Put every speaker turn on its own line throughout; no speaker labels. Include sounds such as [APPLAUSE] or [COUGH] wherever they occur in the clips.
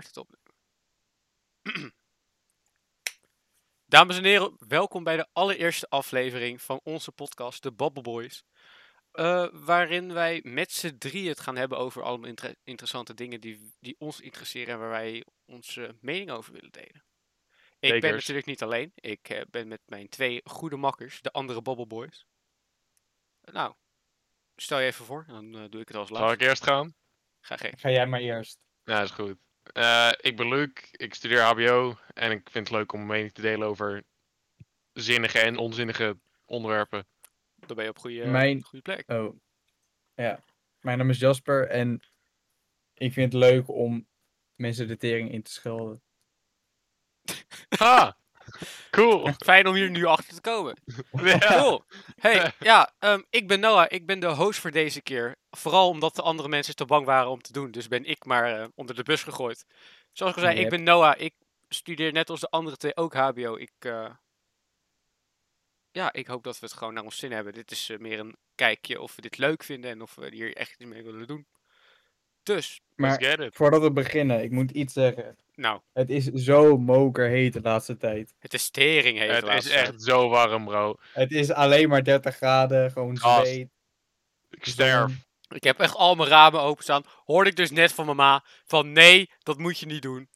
Start het opnemen. [CLEARS THROAT] Dames en heren, welkom bij de allereerste aflevering van onze podcast, de Bubble Boys. eh, waarin wij met z'n drie het gaan hebben over allemaal inter- interessante dingen die, die ons interesseren en waar wij onze mening over willen delen. Ik ben
Zekers.
natuurlijk niet alleen. Ik eh, ben met mijn twee goede makkers, de andere Bubble Boys. Nou, stel je even voor en dan eh, doe ik het als
Zal
laatste.
ik eerst gaan?
Ga gek.
Ga jij maar eerst.
Ja, is goed. Eh, ik ben Luc, ik studeer HBO en ik vind het leuk om mijn mening te delen over zinnige en onzinnige onderwerpen.
Dan ben je op goede,
Mijn-
goede plek.
Oh. Ja. Mijn naam is Jasper en ik vind het leuk om mensen de tering in te schelden.
Ha! [LAUGHS] Cool!
Fijn om hier nu achter te komen.
[LAUGHS] Ja.
Cool.
[LAUGHS]
Hey, ja, ehm, ik ben Noah. Ik ben de host voor deze keer. Vooral omdat de andere mensen te bang waren om te doen. Dus ben ik maar eh, onder de bus gegooid. Zoals ik al zei, ik
Yep.
ben Noah. Ik studeer net als de andere twee ook HBO. Ik, eh, ja, ik hoop dat we het gewoon naar ons zin hebben. Dit is eh, meer een kijkje of we dit leuk vinden en of we hier echt iets mee willen doen. Dus,
Let's
Maar
get it.
voordat we beginnen, ik moet iets zeggen.
nou,
Het is zo mokerheet de laatste tijd.
het is tering heet
Het is echt zo warm, bro.
Het is alleen maar 30 graden, gewoon
Gast.
zweet.
Ik sterf.
zon.
Ik heb echt al mijn ramen openstaan. Hoorde ik dus net van mama van nee, dat moet je niet doen.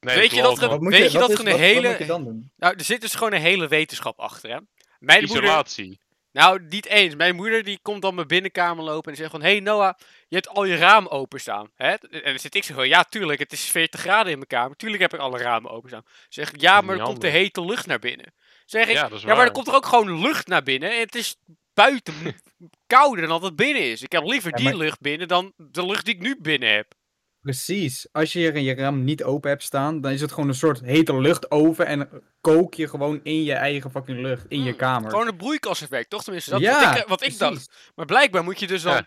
Nee,
Weet
ik
je dat
geloof
er-
me.
Wat moet
weet
je,
je dat
is-
gewoon een
wat- wat
hele-
moet je dan doen?
Nou, er zit dus gewoon een hele wetenschap achter, hè. Mijn moeder,
Isolatie.
nou, niet eens. Mijn moeder die komt dan mijn binnenkamer lopen en zegt van... Hé hey Noah, je hebt al je raam openstaan. Hè? En dan zit ik zo gewoon... Ja, tuurlijk, het is 40 graden in mijn kamer. Tuurlijk heb ik alle ramen openstaan. Zeg ik, ja,
Dat is
maar
niet
er komt de
handig.
hete lucht naar binnen. Zeg ik,
Ja, dat is
ja, maar er
waar.
komt er ook gewoon lucht naar binnen. En het is buiten
[LAUGHS]
m- kouder dan dat het binnen is. Ik heb liever
Ja,
die
maar-
lucht binnen dan de lucht die ik nu binnen heb.
Precies. Als je je raam niet open hebt staan, dan is het gewoon een soort hete luchtoven en kook je gewoon in je eigen fucking lucht, in je
Hmm,
kamer.
Gewoon een broeikaseffect, toch? Tenminste, dat is
Ja,
wat ik, eh, wat ik dacht.
precies.
Maar blijkbaar moet je dus dan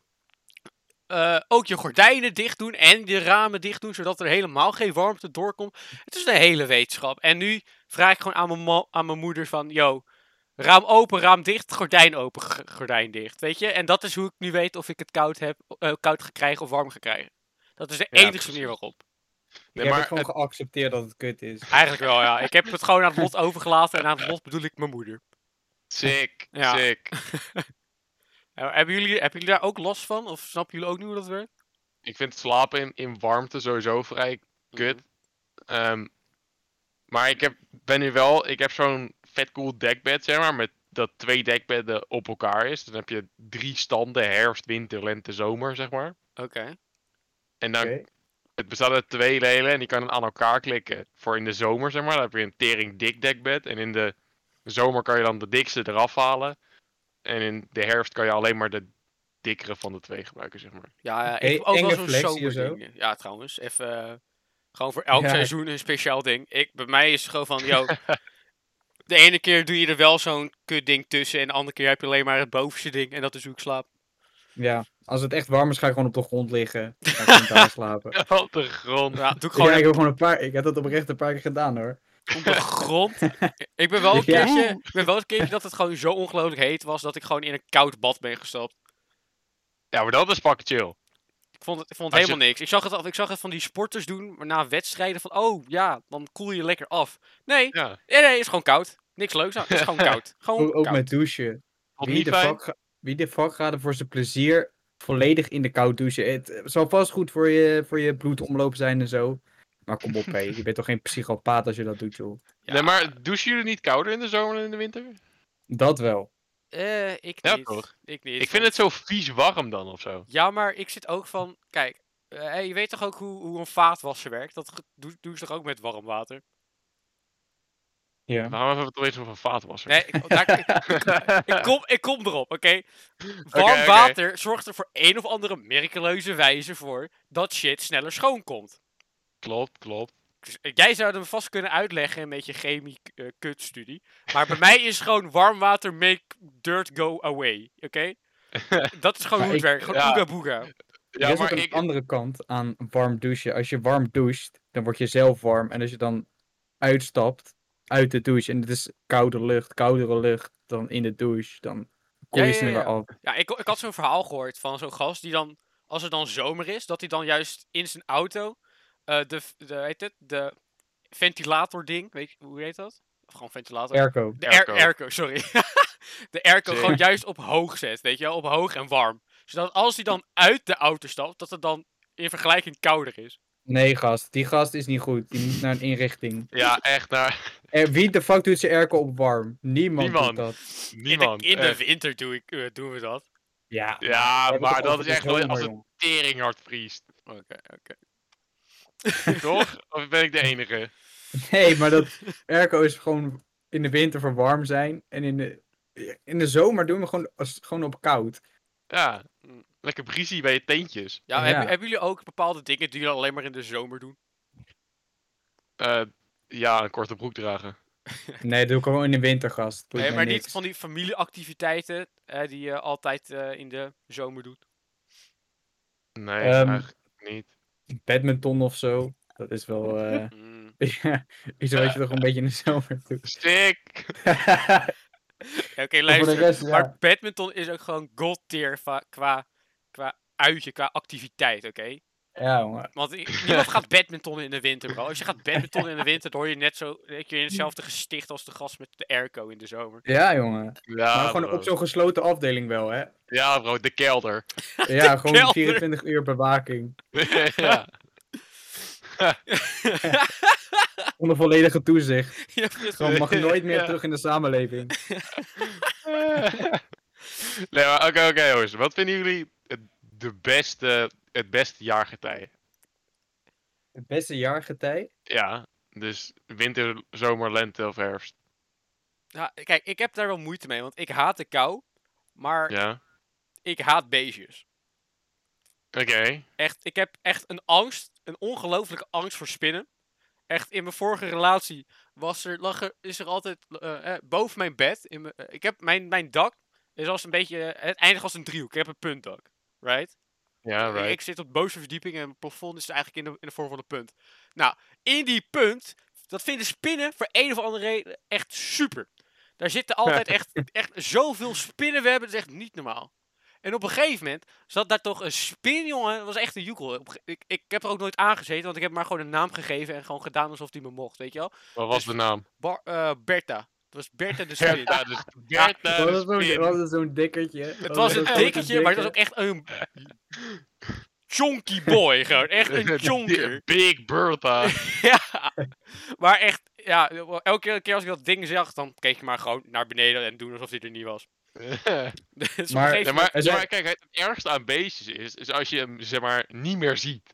Ja.
eh, ook je gordijnen dicht doen en je ramen dicht doen, zodat er helemaal geen warmte doorkomt. Het is een hele wetenschap. En nu vraag ik gewoon aan mijn, ma- aan mijn moeder van, yo, raam open, raam dicht, gordijn open, g- gordijn dicht. Weet je? En dat is hoe ik nu weet of ik het koud, heb, eh, koud ga krijgen of warm ga krijgen. Dat is de
Ja,
enige
precies.
manier waarop.
Ik
Nee,
heb
maar
het gewoon
het-
geaccepteerd dat het kut is.
Eigenlijk wel, ja. Ik heb het gewoon aan het lot overgelaten en aan het lot bedoel ik mijn moeder.
Sick,
Ja.
sick.
Eh, hebben, jullie, hebben jullie daar ook last van? Of snappen jullie ook nu hoe dat werkt?
Ik vind slapen in, in warmte sowieso vrij kut.
Mhm.
Ehm, maar ik heb, ben nu wel, ik heb zo'n vet cool dekbed, zeg maar, met dat twee dekbedden op elkaar is. Dan heb je drie standen, herfst, winter, lente, zomer, zeg maar.
Mhm. Oké.
En dan,
Oké.
het bestaat uit twee delen en die kan aan elkaar klikken. Voor in de zomer, zeg maar, dan heb je een tering dik dekbed. En in de zomer kan je dan de dikste eraf halen. En in de herfst kan je alleen maar de dikkere van de twee gebruiken, zeg
[LAUGHS]
maar.
Ja, ja,
Oké,
ik heb ook wel
enge
zo'n
flexie of zo?
zomerding. Ja, trouwens. Even, eh, gewoon voor elk
Ja.
seizoen een speciaal ding. Ik, bij mij is het gewoon van, yo, de ene keer doe je er wel zo'n kut ding tussen en de andere keer heb je alleen maar het bovenste ding en dat is hoe ik slaap.
Ja, als het echt warm is, ga ik gewoon op de grond liggen. Ga ik gewoon thuis
[LAUGHS]
slapen.
Op de grond.
Ja, doe ik
Ja,
gewoon
ik heb gewoon een paar. Ik heb dat oprecht een paar keer gedaan hoor.
op de grond. Ik ben wel een
Ja.
keertje, ik ben wel een keertje dat het gewoon zo ongelooflijk heet was dat ik gewoon in een koud bad ben gestapt.
Ja, maar dat is fucking chill.
Ik vond het, ik vond het
Als je-
helemaal niks. Ik zag het, al- ik zag het van die sporters doen maar na wedstrijden van, oh ja, dan koel je lekker af. Nee,
Ja.
nee, nee, is gewoon koud. Niks leuks aan, het is
[LAUGHS]
gewoon koud. Gewoon
Ook, ook
koud.
met douchen.
Vond
Wie
niet
de,
fijn.
fuck, ga- wie de fuck gaat er voor zijn plezier volledig in de kou douchen? Het eh, zal vast goed voor je, voor je bloedomloop zijn en zo. Maar kom
[LAUGHS]
op, hé. Je bent toch geen psychopaat als je dat doet, joh.
Nee, maar douchen jullie niet kouder in de zomer dan in de winter?
Dat wel.
Eh, ik
Ja,
niet.
toch?
Ik niet.
Ik vind het zo vies warm dan of zo.
Ja, maar ik zit ook van... Kijk, eh, hey, je weet toch ook hoe, hoe een vaatwasser werkt? Dat ge- doe- doen ze toch ook met warm water?
Ja.
Waarom hebben we het opeens over een vaatwasser?
Nee, ik, oh, daar- ik- ik, kom, ik kom erop, oké? Warm
oké.
water zorgt er voor een of andere miraculeuze wijze voor... dat shit sneller schoonkomt.
[LAUGHS] Klopt, klopt.
Dus, eh, Jij zou het me vast kunnen uitleggen met je chemie-kutstudie. maar bij mij is gewoon warm water make dirt go away, oké? Dat is gewoon
Maar
hoe het
ik-
werkt. Gewoon
ja.
ooga booga.
Ja,
Ja,
er is ook
maar
een
ik,
andere kant aan warm douchen. Als je warm doucht, dan word je zelf warm. En als je dan uitstapt uit de douche en het is koude lucht, koudere lucht dan in de douche, dan koel
Ja,
je
ja,
sneller
ja.
af.
Ja, ik, ik had zo'n verhaal gehoord van zo'n gast die dan, als het dan zomer is, dat hij dan juist in zijn auto eh, de, v- de, heet het, de ventilator ding, weet je, hoe heet dat? Of gewoon ventilator.
Erco.
de air-
Airco.
airco, sorry. [LAUGHS] de airco
Zeker.
gewoon juist op hoog zet, weet je wel, op hoog en warm. Zodat als hij dan uit de auto stapt, dat het dan in vergelijking kouder is.
Nee, gast. Die gast is niet goed. Die moet naar een inrichting.
Ja, echt nou, [LAUGHS] naar
Er, wie de fuck doet zijn airco op warm? Niemand,
Niemand.
doet dat.
In de,
niemand.
in de
echt.
winter doe ik, eh, doen we dat.
Ja,
Ja,
we hebben
maar
het
dat
over
is
de
echt wel als
zomer,
het
jongen.
tering hard vriest.
Oké, oké.
[LAUGHS] Toch? Of ben ik de enige?
Nee, maar [LAUGHS] dat airco is gewoon in de winter voor warm zijn. En in de, in de zomer doen we gewoon, als, gewoon op koud.
Ja. Lekker briezie bij je teentjes.
Ja, hebben-
Ja.
hebben jullie ook bepaalde dingen die jullie alleen maar in de zomer doen?
Eh, ja, een korte broek dragen.
Nee, dat doe ik gewoon in de winter, gast. Doe ik
Nee,
mij
Eh, maar niet
niks.
van die familieactiviteiten eh, die je altijd eh, in de zomer doet.
Nee,
Ehm,
eigenlijk niet.
Badminton of zo. Dat is
[LAUGHS]
wel eh, [LAUGHS]
Hmm.
ja, iets wat je toch een beetje in de zomer
[LAUGHS]
doet.
Stik!
Ja, Oké,
Maar voor de
luister.
rest, ja.
Maar badminton is ook gewoon god tier va- qua, qua uitje, qua activiteit, oké?
Ja, jongen.
Want [LAUGHS] i- niemand gaat badmintonnen in de winter, bro. Als je gaat badmintonnen in de winter, dan hoor je net zo... Ik in hetzelfde gesticht als de gast met de airco in de zomer.
Ja, jongen.
Ja,
maar gewoon
bro.
op zo'n gesloten afdeling wel,
[LAUGHS]
hè?
ja, bro, de kelder. [LAUGHS]
Ja, gewoon
kelder.
24 uur bewaking.
ja.
Onder
[LAUGHS]
volledige toezicht.
[LAUGHS] Ja, precies.
Gewoon mag je nooit meer
Ja.
terug in de samenleving.
[LAUGHS] nee, maar oké, oké, jongens. Wat vinden jullie het, de beste, het beste jaargetij?
Het beste jaargetij?
Ja, dus winter, zomer, lente of herfst.
Ja, kijk, ik heb daar wel moeite mee, want ik haat de kou. Maar
Ja,
ik haat beestjes.
oké.
Echt, ik heb echt een angst, een ongelooflijke angst voor spinnen. Echt, in mijn vorige relatie was er, lag er, is er altijd eh, eh, boven mijn bed. In mijn, eh, ik heb mijn, mijn dak is als een beetje, eh, het eindigt als een driehoek. Ik heb een puntdak, right?
Ja,
Ik- Ik,
right.
zit op bovenste verdieping en mijn plafond is eigenlijk in de, in de vorm van een punt. Nou, in die punt, dat vinden spinnen voor een of andere reden echt super. Daar zitten [LAUGHS] altijd echt, echt zoveel spinnenwebben, dat is echt niet normaal. En op een gegeven moment zat daar toch een spin, jongen. Dat was echt een joekel. Op een ge- Ik, ik heb er ook nooit aangezeten, want ik heb hem maar gewoon een naam gegeven en gewoon gedaan alsof die me mocht, weet je wel?
Wat was de
[LAUGHS]
naam?
Bar- eh, Bertha. Het was Bertha [LAUGHS] de spin.
Bertha, dus
Ja,
Bertha de
was dat zo'n-
spin.
was dat zo'n dikkertje?
Eh, Het was een
dat zo'n
dikketje, maar het was ook echt een chonky boy, gewoon. Echt [LAUGHS]
[LAUGHS]
een chonker. [LAUGHS]
Big Bertha.
Ja, maar echt, ja, elke keer- keer als ik dat ding zag, dan keek ik maar gewoon naar beneden en doen alsof hij er niet was. [LAUGHS] Dus op een
Maar-
gegeven
Nee,
moment-
maar,
Er zijn-
maar kijk, het ergste aan beestjes is, is als je hem zeg maar niet meer ziet.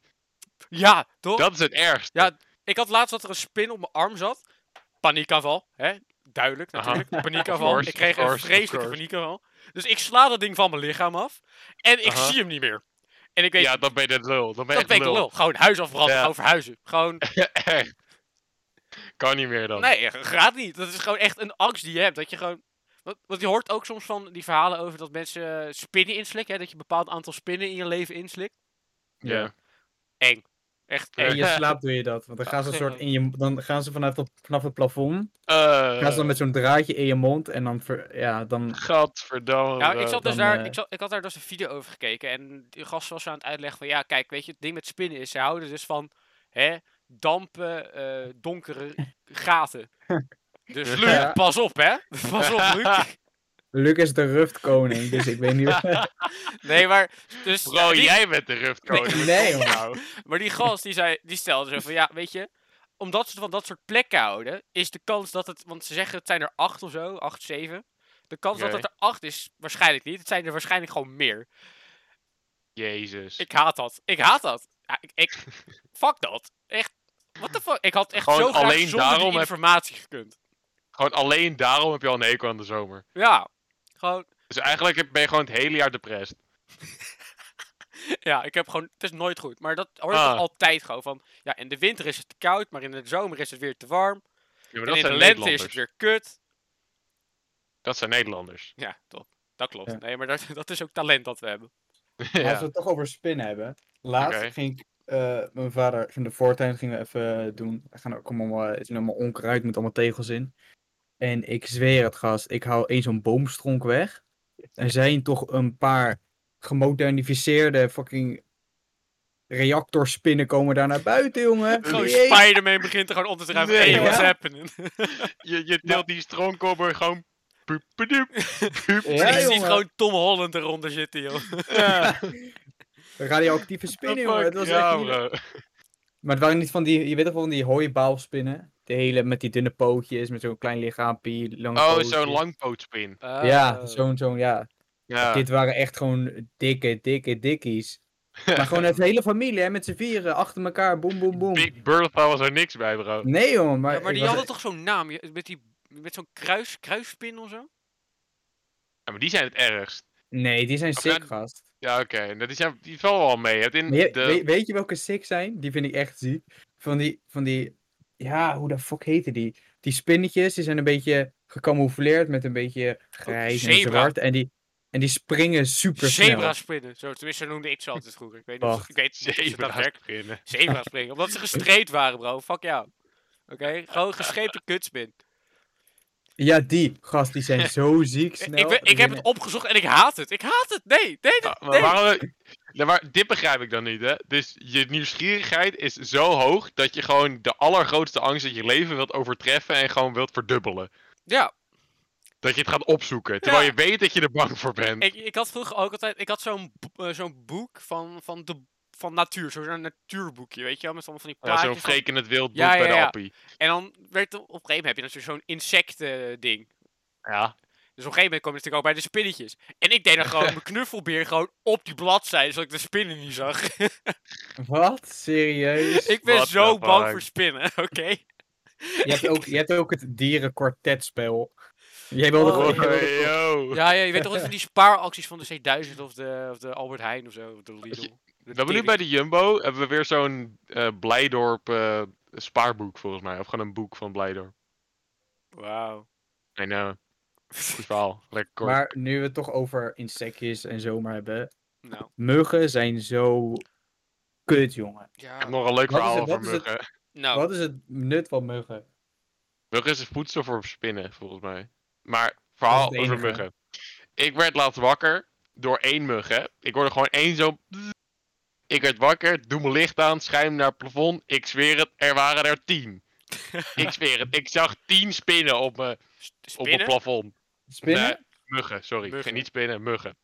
ja, toch?
Dat is het ergste.
Oh. Ja, Ik had laatst dat er een spin op mijn arm zat. Paniekaanval, hè? Duidelijk,
Aha.
natuurlijk. Paniekaanval.
Of course,
ik kreeg
of course,
een
of
vreselijke
course.
paniekaanval. Dus ik sla dat ding van mijn lichaam af. En ik
Aha.
zie hem niet meer. En ik weet,
ja, dan ben je de lul. Dan ben je
dat ben ik
echt
een lul. Gewoon huis afbranden,
Ja.
gewoon verhuizen. Gewoon,
Echt. Kan niet meer dan.
nee, gaat niet. Dat is gewoon echt een angst die je hebt. Dat je gewoon... Want, want je hoort ook soms van die verhalen over dat mensen eh, spinnen inslikken. Hè? Dat je een bepaald aantal spinnen in je leven inslikt.
Ja.
Echt eh,
Ja.
En
eng. [LAUGHS]
je slaapt doe je dat. Want dan gaan ze een soort in je... Dan gaan ze vanuit dat, vanaf het plafond...
Eh,
Gaan ze dan met zo'n draadje in je mond. En dan... ver- ja, dan...
Gadverdamme.
Ja, ik, zat
bro.
dus
dan,
daar,
eh,
ik, zat, ik had daar dus een video over gekeken. En die gast was aan het uitleggen van... Ja, kijk, weet je, het ding met spinnen is... Ze houden dus van hè, dampen, eh,
[LAUGHS]
donkere gaten. Dus Luc,
Ja.
pas op, hè. [LAUGHS] Pas op,
[LAUGHS]
Luc.
Luc is de ruftkoning. Dus ik weet
[LAUGHS]
niet... of-
Nee, maar... Dus,
Bro,
die-
jij bent de ruftkoning.
Nee,
wat
nee,
komt
man. [LAUGHS]
nou?
Maar die gast, die, zei, die stelde zo van... Ja, weet je... Omdat ze van dat soort plekken houden... Is de kans dat het... Want ze zeggen het zijn er acht of zo. Acht, zeven. De kans
Oké.
dat het er acht is... Waarschijnlijk niet. Het zijn er waarschijnlijk gewoon meer.
Jezus.
Ik haat dat. Ik haat dat. Ja, ik, ik,
[LAUGHS]
fuck dat. Echt. What the fuck? Ik had echt
Gewoon
zo graag
alleen
zonder
daarom
die
heb-
informatie gekund.
Gewoon alleen daarom heb je al een eco aan de zomer.
Ja. Gewoon.
Dus eigenlijk heb- ben je gewoon het hele jaar depressed.
Ja, ik heb gewoon. Het is nooit goed. Maar dat hoor ik
Ah.
toch altijd gewoon van. Ja, in de winter is het te koud, maar in de zomer is het weer te warm.
Ja, maar
en
dat
in de
zijn
lente is het
Nederlanders.
weer kut.
Dat zijn Nederlanders. [LAUGHS]
Ja, top. Dat klopt.
Ja.
Nee, maar dat, dat is ook talent dat we hebben.
Maar als
ja.
we het toch over spin hebben. Laatst
Oké.
ging ik, eh, mijn vader, in de voortuin gingen we even eh, doen. We gaan ook allemaal, eh, het is allemaal onkruid met allemaal tegels in. En ik zweer het gast, ik haal eens zo'n boomstronk weg. Er zijn toch een paar gemodernificeerde fucking reactorspinnen komen daar naar buiten, jongen.
Gewoon
Jee.
Spider-Man begint er gewoon op te drijven.
Nee,
hey, what's
ja.
happening?
Je, je deelt die stroomkoper gewoon... Puup,
[LAUGHS]
padoep, puup.
[LAUGHS]
Ja,
je ziet
jongen.
gewoon Tom Holland eronder zitten, joh.
Ja,
Radioactieve spinnen, jongen. Het was
ja,
echt niet-
bro.
Maar het waren niet van die, je weet toch wel, van die hooibaalspinnen? De hele, met die dunne pootjes, met zo'n klein lichaampje, lange
Oh,
pootjes.
zo'n langpootspin.
Ja,
Eh,
zo'n, zo'n, ja.
Ja.
Dit waren echt gewoon dikke, dikke dikkies.
[LAUGHS]
Maar gewoon het hele familie, hè, met z'n vieren, achter elkaar, boem, boem, boem.
Big Bertha was er niks bij, bro.
Nee, jongen, maar...
Ja, maar
ik
die
was-
hadden toch zo'n naam? je- Met, die, met zo'n kruis, kruispin of zo?
Ja, maar die zijn het ergst.
Nee, die zijn
Of ja,
sick, gast.
Ja, oké. nou, Die, zijn, die vallen wel mee. Je hebt in
Maar je-
de...
weet, weet je welke sick zijn? Die vind ik echt ziek. Van die, van die, ja, hoe de fuck heten die? Die spinnetjes, die zijn een beetje gecamoufleerd met een beetje grijs en
zebra.
zwart. En die, en die springen super snel.
Zebra-spinnen. Zo, tenminste, zo noemde ik ze altijd vroeger. Ik weet niet of,
Wacht.
ik weet niet of ze
Zebra's
daadwerkelijk
beginnen.
zebra-springen. Omdat ze gestreed waren, bro. Fuck jou. Oké? Gewoon gescheepte kutspin.
Ja, die, gast, die
[LAUGHS]
zijn zo ziek
Ik,
snel.
ik, ben-
Die
ik heb
zijn-
het opgezocht en ik haat het. Ik haat het. Nee, nee, [LAUGHS] nee.
Maar- Maar waarom... Nee, maar dit begrijp ik dan niet, hè. Dus je nieuwsgierigheid is zo hoog dat je gewoon de allergrootste angst in je leven wilt overtreffen en gewoon wilt verdubbelen.
Ja,
Dat je het gaat opzoeken, terwijl
Ja.
je weet dat je er bang voor bent.
ik, ik had vroeger ook altijd... Ik had zo'n bo- eh, zo'n boek van, van, de, van natuur. Zo'n natuurboekje, weet je wel? Met allemaal van die
Ja, zo'n
plaatjes. van-
freak in het wild
Ja,
doet bij
ja,
de
ja.
appie.
en dan werd er, op een gegeven moment heb je natuurlijk zo'n insecten-ding.
Ja.
Dus op een gegeven moment kwam je natuurlijk ook bij de spinnetjes. En ik deed
[LAUGHS]
dan gewoon mijn knuffelbeer gewoon op die bladzijde, zodat ik de spinnen niet zag.
Wat? Serieus?
ik ben
What the
zo bang
fuck?
voor spinnen,
[LAUGHS]
oké?
Je hebt ook, je hebt ook het dierenkwartetspel. Jij wilde
Oh,
gewoon...
ja.
jij wilde
Hoi,
gewoon-
yo.
Ja, ja, je weet toch altijd van die spaaracties van de C1000 of de, of de Albert Heijn of zo, of de Lidl.
je-
De
We hebben nu bij de Jumbo hebben we weer zo'n eh, Blijdorp eh, spaarboek volgens mij. Of gewoon een boek van Blijdorp.
Wauw.
I know. Goed verhaal. Lekker kort.
Maar nu we het toch over insectjes en zomer hebben.
Nou,
Muggen zijn zo kut, jongen.
Ik
ja.
heb nog een leuk
Wat is
verhaal
het- wat
over
is het-
muggen.
Nou,
Wat is het nut van muggen?
Muggen is voedsel voor spinnen, volgens mij. Maar
is
verhaal
het
over
enige.
muggen. Ik werd laatst wakker door één mug, hè. Ik hoorde gewoon één zo... [LAUGHS] Ik werd wakker, doe mijn licht aan, schuim naar het plafond. Ik zweer het, er waren er
[LAUGHS]
tien. ik zweer het, ik zag tien spinnen op, me,
s-
op mijn
spinnen?
plafond.
Spinnen?
Muggen, sorry.
Muggen.
Geen- Niet spinnen, muggen.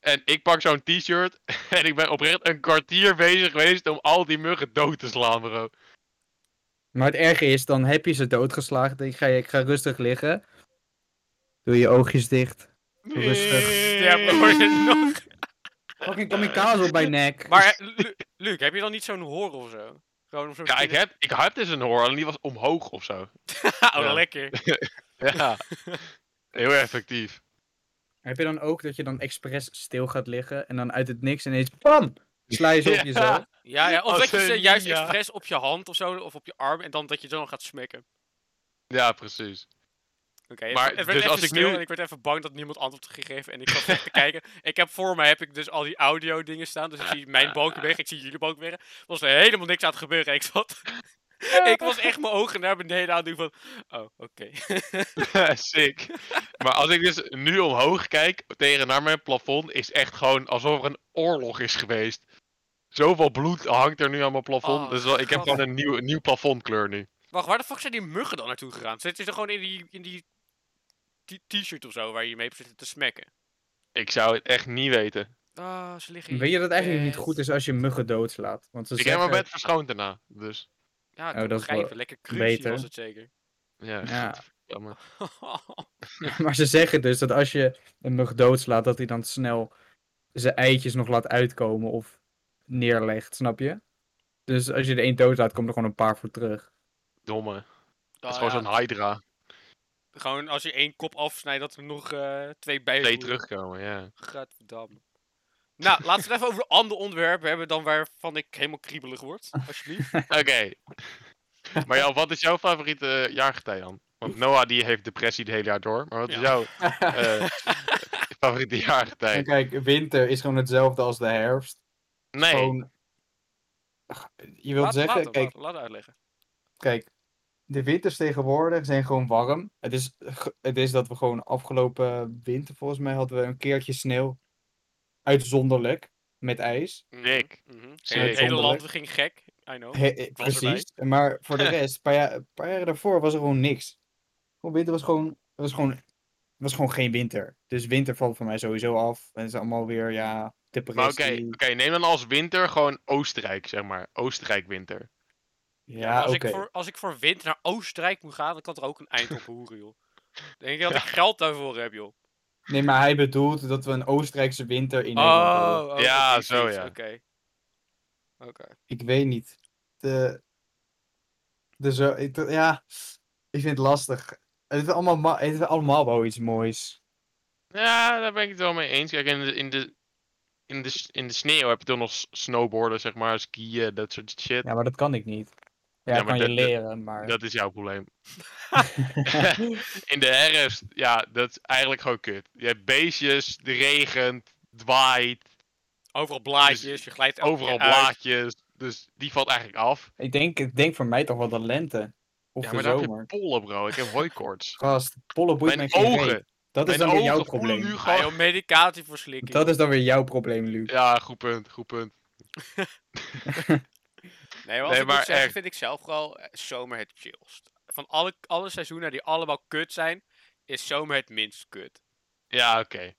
En ik pak zo'n t-shirt [LAUGHS] en ik ben oprecht een kwartier bezig geweest om al die muggen dood te slaan, bro.
Maar het erge is, dan heb je ze doodgeslagen. denk Ik ga, ik ga rustig liggen. Doe je oogjes dicht. Rustig.
Ja, maar hoor je het nog?
[LAUGHS]
Fucking kamikaze op mijn nek.
Maar eh, Lu- Luc, heb je dan niet zo'n hoor of zo? Gewoon om zo'n
Ja, ik
spinnen-
heb, ik heb dus een hoor, en die was omhoog of zo.
[LAUGHS] Oh,
ja.
lekker.
[LAUGHS] Ja. Heel effectief.
Heb je dan ook dat je dan expres stil gaat liggen en dan uit het niks ineens bam! Sla je ze op
[LAUGHS] Ja.
jezelf.
Ja, ja. Of
Als
dat je
een
ze juist
ninja.
expres op je hand of zo, of op je arm, en dan dat je dan gaat smekken.
Ja, precies. [LAUGHS]
Oké, het-
Maar
het, werd
dus
even
als ik
stil
nu-
en ik werd even bang dat niemand antwoord had gegeven. En ik zat echt te
[LAUGHS]
kijken. Ik heb voor mij heb ik dus al die audio dingen staan. Dus ik zie mijn balkje weg, ik zie jullie balkje weg. Er was helemaal niks aan het gebeuren. Ik
[LAUGHS]
zat... ik was echt mijn ogen naar beneden aan het doen van... Oh, oké. [LAUGHS]
Sick. Maar als ik dus nu omhoog kijk, tegen naar mijn plafond, is echt gewoon alsof er een oorlog is geweest. Zoveel bloed hangt er nu aan mijn plafond.
Oh,
dus wel- ik heb
gadver.
gewoon een nieuw, een nieuw plafondkleur nu.
Wacht, waar de fuck zijn die muggen dan naartoe gegaan? Zitten ze gewoon in die... In die t- t-shirt of zo waar je mee hebt zitten te smekken?
Ik zou het echt niet weten.
Ah, ze liggen in
Weet je dat het eigenlijk niet
bed.
goed is als je muggen doodslaat? Want ze
ik heb mijn
zeggen-
bed verschoond daarna. Dus
Ja, ik
Oh,
kan
dat is wel
begrijpen. Lekker crunchy
beter.
was het zeker. [LAUGHS]
ja.
Ja.
godverdamme.
[LAUGHS] Maar ze zeggen dus dat als je een mug doodslaat, dat hij dan snel zijn eitjes nog laat uitkomen of neerlegt, snap je? Dus als je er één doodslaat, komt er gewoon een paar voor [LAUGHS] terug.
Domme. Het is
Ah,
gewoon
ja.
zo'n Hydra.
Gewoon als je één kop afsnijdt, dat er nog eh, twee bij
Twee
groeien.
terugkomen, ja.
Gadverdamme. Nou, laten we het even over een ander onderwerp hebben dan waarvan ik helemaal kriebelig word. Alsjeblieft.
Oké. maar ja, wat is jouw favoriete eh, jaargetij dan? Want Noah die heeft depressie het hele jaar door. Maar wat is
Ja.
jouw eh, favoriete jaargetij?
Kijk, winter is gewoon hetzelfde als de herfst.
Nee.
Gewoon- Ach, Je wilt
Laat,
zeggen,
laat,
kijk,
laat, laat uitleggen.
kijk, de winters tegenwoordig zijn gewoon warm. Het is, ge- het is dat we gewoon afgelopen winter, volgens mij, hadden we een keertje sneeuw. Uitzonderlijk. met ijs.
Nick.
Mhm.
Heel
Het hele
zonderlijk.
land ging gek. I know.
He- eh,
Oh, was erbij.
precies. Maar voor de
[LAUGHS]
rest, een paar, jaar, een paar jaren daarvoor was er gewoon niks. Gewoon winter was gewoon, was gewoon, was gewoon geen winter. Dus winter valt voor mij sowieso af. En het is allemaal weer, ja,
Maar
depressie.
oké, oké, neem dan als winter gewoon Oostenrijk, zeg maar. Oostenrijk winter.
Maar
Ja,
als,
oké.
ik voor, als ik voor wind naar Oostenrijk moet gaan, dan kan er ook een eind op hoeren, joh. Denk je dat ik geld daarvoor heb, joh?
Nee, maar hij bedoelt dat we een Oostenrijkse winter in Nederland
Oh,
hadden.
oh,
Ja,
precies,
zo,
precies,
ja.
Oké. Oké.
Ik weet niet. De... De zo... ik- Ja, ik vind het lastig. Het is allemaal, ma- het is allemaal wel iets moois.
Ja, daar ben ik het wel mee eens. Kijk, in de, in de, in de, s- in de sneeuw heb je dan nog s- snowboarden, zeg maar, skiën, dat soort shit.
Ja, maar dat kan ik niet. Ja,
Ja,
ik
maar
kan
dat-
je
dat-
leren, maar...
Dat is jouw
[LAUGHS]
probleem. in de herfst, ja, dat is eigenlijk gewoon kut. Je hebt beestjes, het regent, het waait,
Overal blaadjes, je glijdt elke
Dus overal
keer uit.
blaadjes. Dus die valt eigenlijk af.
ik, denk, ik denk voor mij toch wel de lente. Of
ja,
de
maar dan heb
zomer.
je pollen, bro. Ik heb [LAUGHS] hooikoorts.
Gast, pollen boeit mij
Mijn
geen
ogen.
reet. Dat is
Mijn
dan weer jouw
ogen voelen
probleem.
nu
Ah, joh,
gewoon...
medicatie verslikken.
Dat is dan weer jouw probleem, Luc.
Ja, goed punt, goed punt.
Nee, maar, als
Nee,
ik
maar
moet zeggen,
echt.
vind ik zelf wel eh, zomer het chillst. Van alle, alle seizoenen die allemaal kut zijn, is zomer het minst kut.
Ja, oké.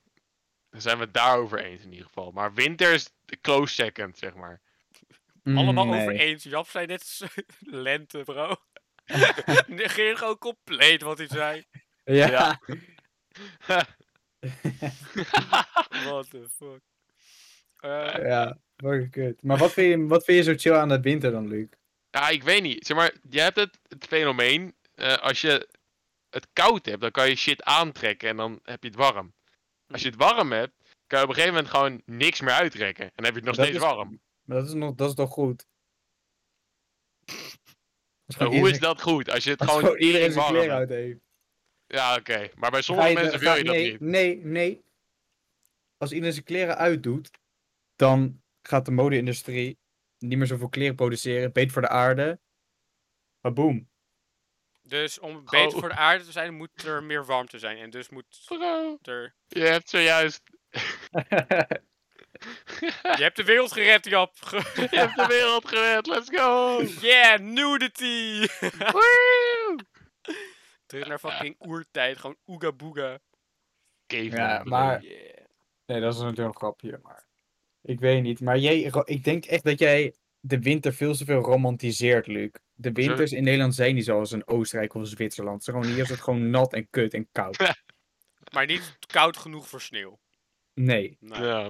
Dan zijn we het daarover eens in ieder geval. Maar winter is de close second, zeg maar.
allemaal
Mm, nee.
over eens. Jap zei net s- [LAUGHS] lente,
[LAUGHS]
bro. [LAUGHS] Negeer gewoon compleet wat hij zei.
Ja.
Ja.
What the fuck. Eh,
[LAUGHS] ja. fucking kut. Maar wat vind, je, wat vind je zo chill aan de winter dan, Luc?
ja, ik weet niet. Zeg maar, je hebt het, het fenomeen. eh, als je het koud hebt, dan kan je shit aantrekken en dan heb je het warm. Als je het warm hebt, kan je op een gegeven moment gewoon niks meer uittrekken. En dan heb je het nog
Dat
steeds
is-
warm.
Maar dat is, nog, dat is toch goed?
Maar hoe is dat goed? Als je het
Als
gewoon
gewoon iedereen
tering
zijn
warm
kleren
hebt.
uit heeft.
Ja, oké. Maar bij
Ga
sommige
je-
mensen
ga-
wil je dat
nee,
niet.
Nee, nee. Als iedereen zijn kleren uitdoet, dan gaat de mode-industrie niet meer zoveel kleren produceren. Beter voor de aarde. Maar
[LAUGHS]
boom.
dus om
Gewoon-
beter voor de aarde te zijn, moet er meer warmte zijn. En dus moet
Bro,
er...
[LAUGHS] je hebt zojuist... [LAUGHS]
Je hebt de wereld gered, Jap. [LAUGHS] Ge-
je hebt de wereld gered, let's
[LAUGHS]
go!
yeah, nudity!
Woe!
Terug naar fucking oertijd. Gewoon ooga booga.
Caveman,
Ja,
bedoel
maar-
je.
Yeah.
nee, dat is natuurlijk een grapje, maar... Ik weet niet, maar jij, ro- ik denk echt dat jij de winter veel te veel romantiseert, Luc. De winters in Nederland zijn niet zoals in Oostenrijk of Zwitserland. Ze gewoon, hier is het gewoon nat en kut en koud.
Maar niet koud genoeg voor sneeuw.
Nee.
Nee.
Ja.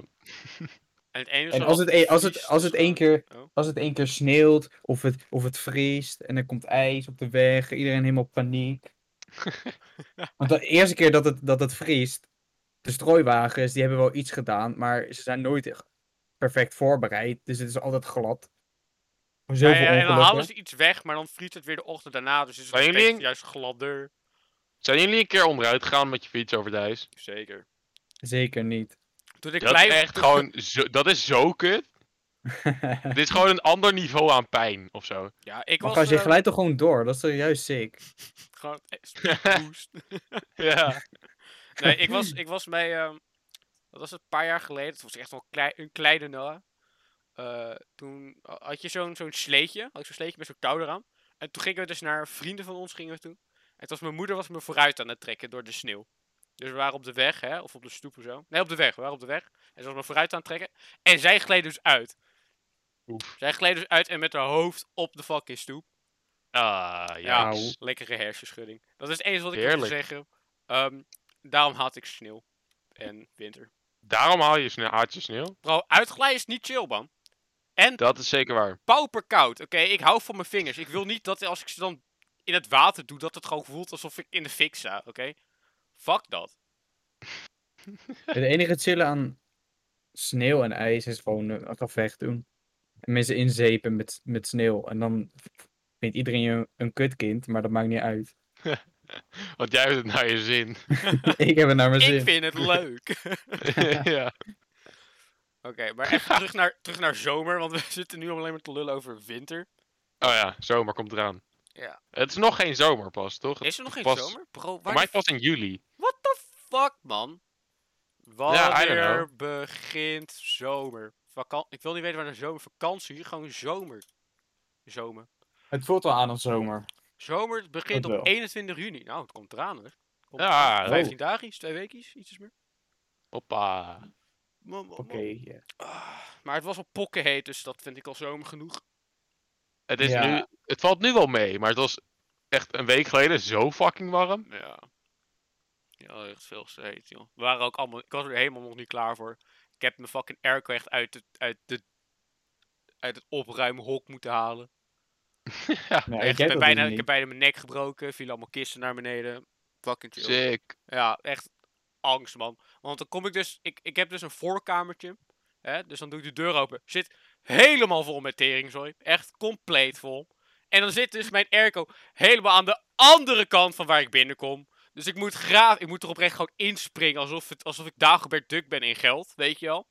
En, het enige
En
wat
als het, e- als
vies
het, als het
is
één
gewoon-
keer
Oh.
als het één keer sneeuwt of het, of het vriest en er komt ijs op de weg, iedereen helemaal
[LAUGHS]
paniek. Want de eerste keer dat het, dat het vriest, de strooiwagens, die hebben wel iets gedaan, maar ze zijn nooit echt perfect voorbereid. Dus het is altijd glad. Gewoon
Ja,
Zoveel
ja, en dan halen
ongelukken.
ze iets weg, maar dan vriest het weer de ochtend daarna. Dus is het
Maar
nog
jullie-
steeds juist gladder.
Zijn jullie een keer onderuit gegaan met je fiets over de ijs?
Zeker.
Zeker niet. [LAUGHS]
Toen ik
Dat
klein
is echt gewoon... Zo, dat is zo kut. [LAUGHS] Dit is gewoon een ander niveau aan pijn, of zo.
Ja, ik
Maar
was
als je
eh,
glijdt toch gewoon door, dat is toch juist sick.
gewoon eh, [LAUGHS] speedboost.
[LAUGHS] ja.
nee, ik was, ik was mee... ehm, dat was een paar jaar geleden. Het was echt wel klei- een kleine na. Eh, toen ha- had je zo'n zo'n sleetje. Had ik zo'n sleetje met zo'n touw eraan. En toen gingen we dus naar vrienden van ons gingen we toen. En toen was mijn moeder was me vooruit aan het trekken door de sneeuw. Dus we waren op de weg, hè, of op de stoep of zo. Nee, op de weg. We waren op de weg. En ze was me vooruit aan het trekken. En zij gleed dus uit.
Oef.
Zij gleed dus uit en met haar hoofd op de fucking stoep.
Ah,
Ja,
ja.
Auw.
lekkere hersenschudding. Dat is het enige wat ik wil
Heerlijk.
zeggen. Ehm, daarom haat ik sneeuw en winter.
Daarom haal je sneeuw, haat je sneeuw.
Bro, uitglijden is niet chill, man. En
Dat is zeker waar.
pauperkoud. Oké, ik hou van mijn vingers. Ik wil niet dat als ik ze dan in het water doe, dat het gewoon voelt alsof ik in de fik sta. Oké? Fuck dat.
Het enige chillen aan sneeuw en ijs is gewoon eh, een gevecht doen. En mensen inzepen met, met sneeuw. En dan vindt iedereen je een, een kutkind, maar dat maakt niet uit.
Want jij hebt het naar je zin.
[LAUGHS] ik heb het naar mijn
Ik
zin.
vind het leuk. [LAUGHS] Oké,
[LAUGHS] ja.
maar even terug naar, terug naar zomer, want we zitten nu alleen maar te lullen over winter.
Oh ja, zomer komt eraan.
Ja.
Het is nog geen zomer pas, toch?
Is er nog geen
Pas-
zomer? Bro,
Voor
waar
mij
de
pas in juli.
What the fuck, man?
Ja, I don't
Wanneer begint zomer? vakantie. Ik wil niet weten waar een zomervakantie. Gewoon zomer. Zomer.
Het voelt wel aan als zomer.
Zomer het begint
Dat
op
wel.
21 juni. Nou, het komt eraan hoor. Komt
Ja, oh.
eraan. 15 dagen, twee weekjes, iets meer.
Hoppa.
Mo- mo- mo-
Oké, ja.
Ah, maar het was al pokkenheet, dus dat vind ik al zomer genoeg.
Het, is
Ja.
nu, het valt nu wel mee, maar het was echt een week geleden zo fucking warm.
Ja. Ja, echt veel te heet, joh. We waren ook allemaal... Ik was er helemaal nog niet klaar voor. Ik heb mijn fucking airco echt uit het, uit de, uit het opruimhok moeten halen.
ja,
Nee,
echt, ik,
heb
ben bijna,
dat dus
ik heb
niet.
bijna mijn nek gebroken. Vielen allemaal kisten naar beneden. Fucking chill.
sick.
Ja, echt angst, man. Want dan kom ik dus... Ik, ik heb dus een voorkamertje. Hè? Dus dan doe ik de deur open. Zit helemaal vol met teringzooi. Echt compleet vol. En dan zit dus mijn airco helemaal aan de andere kant van waar ik binnenkom. Dus ik moet graaf... Ik moet er oprecht gewoon inspringen. Alsof, het, alsof ik Dagobert Duck ben in geld. Weet je wel?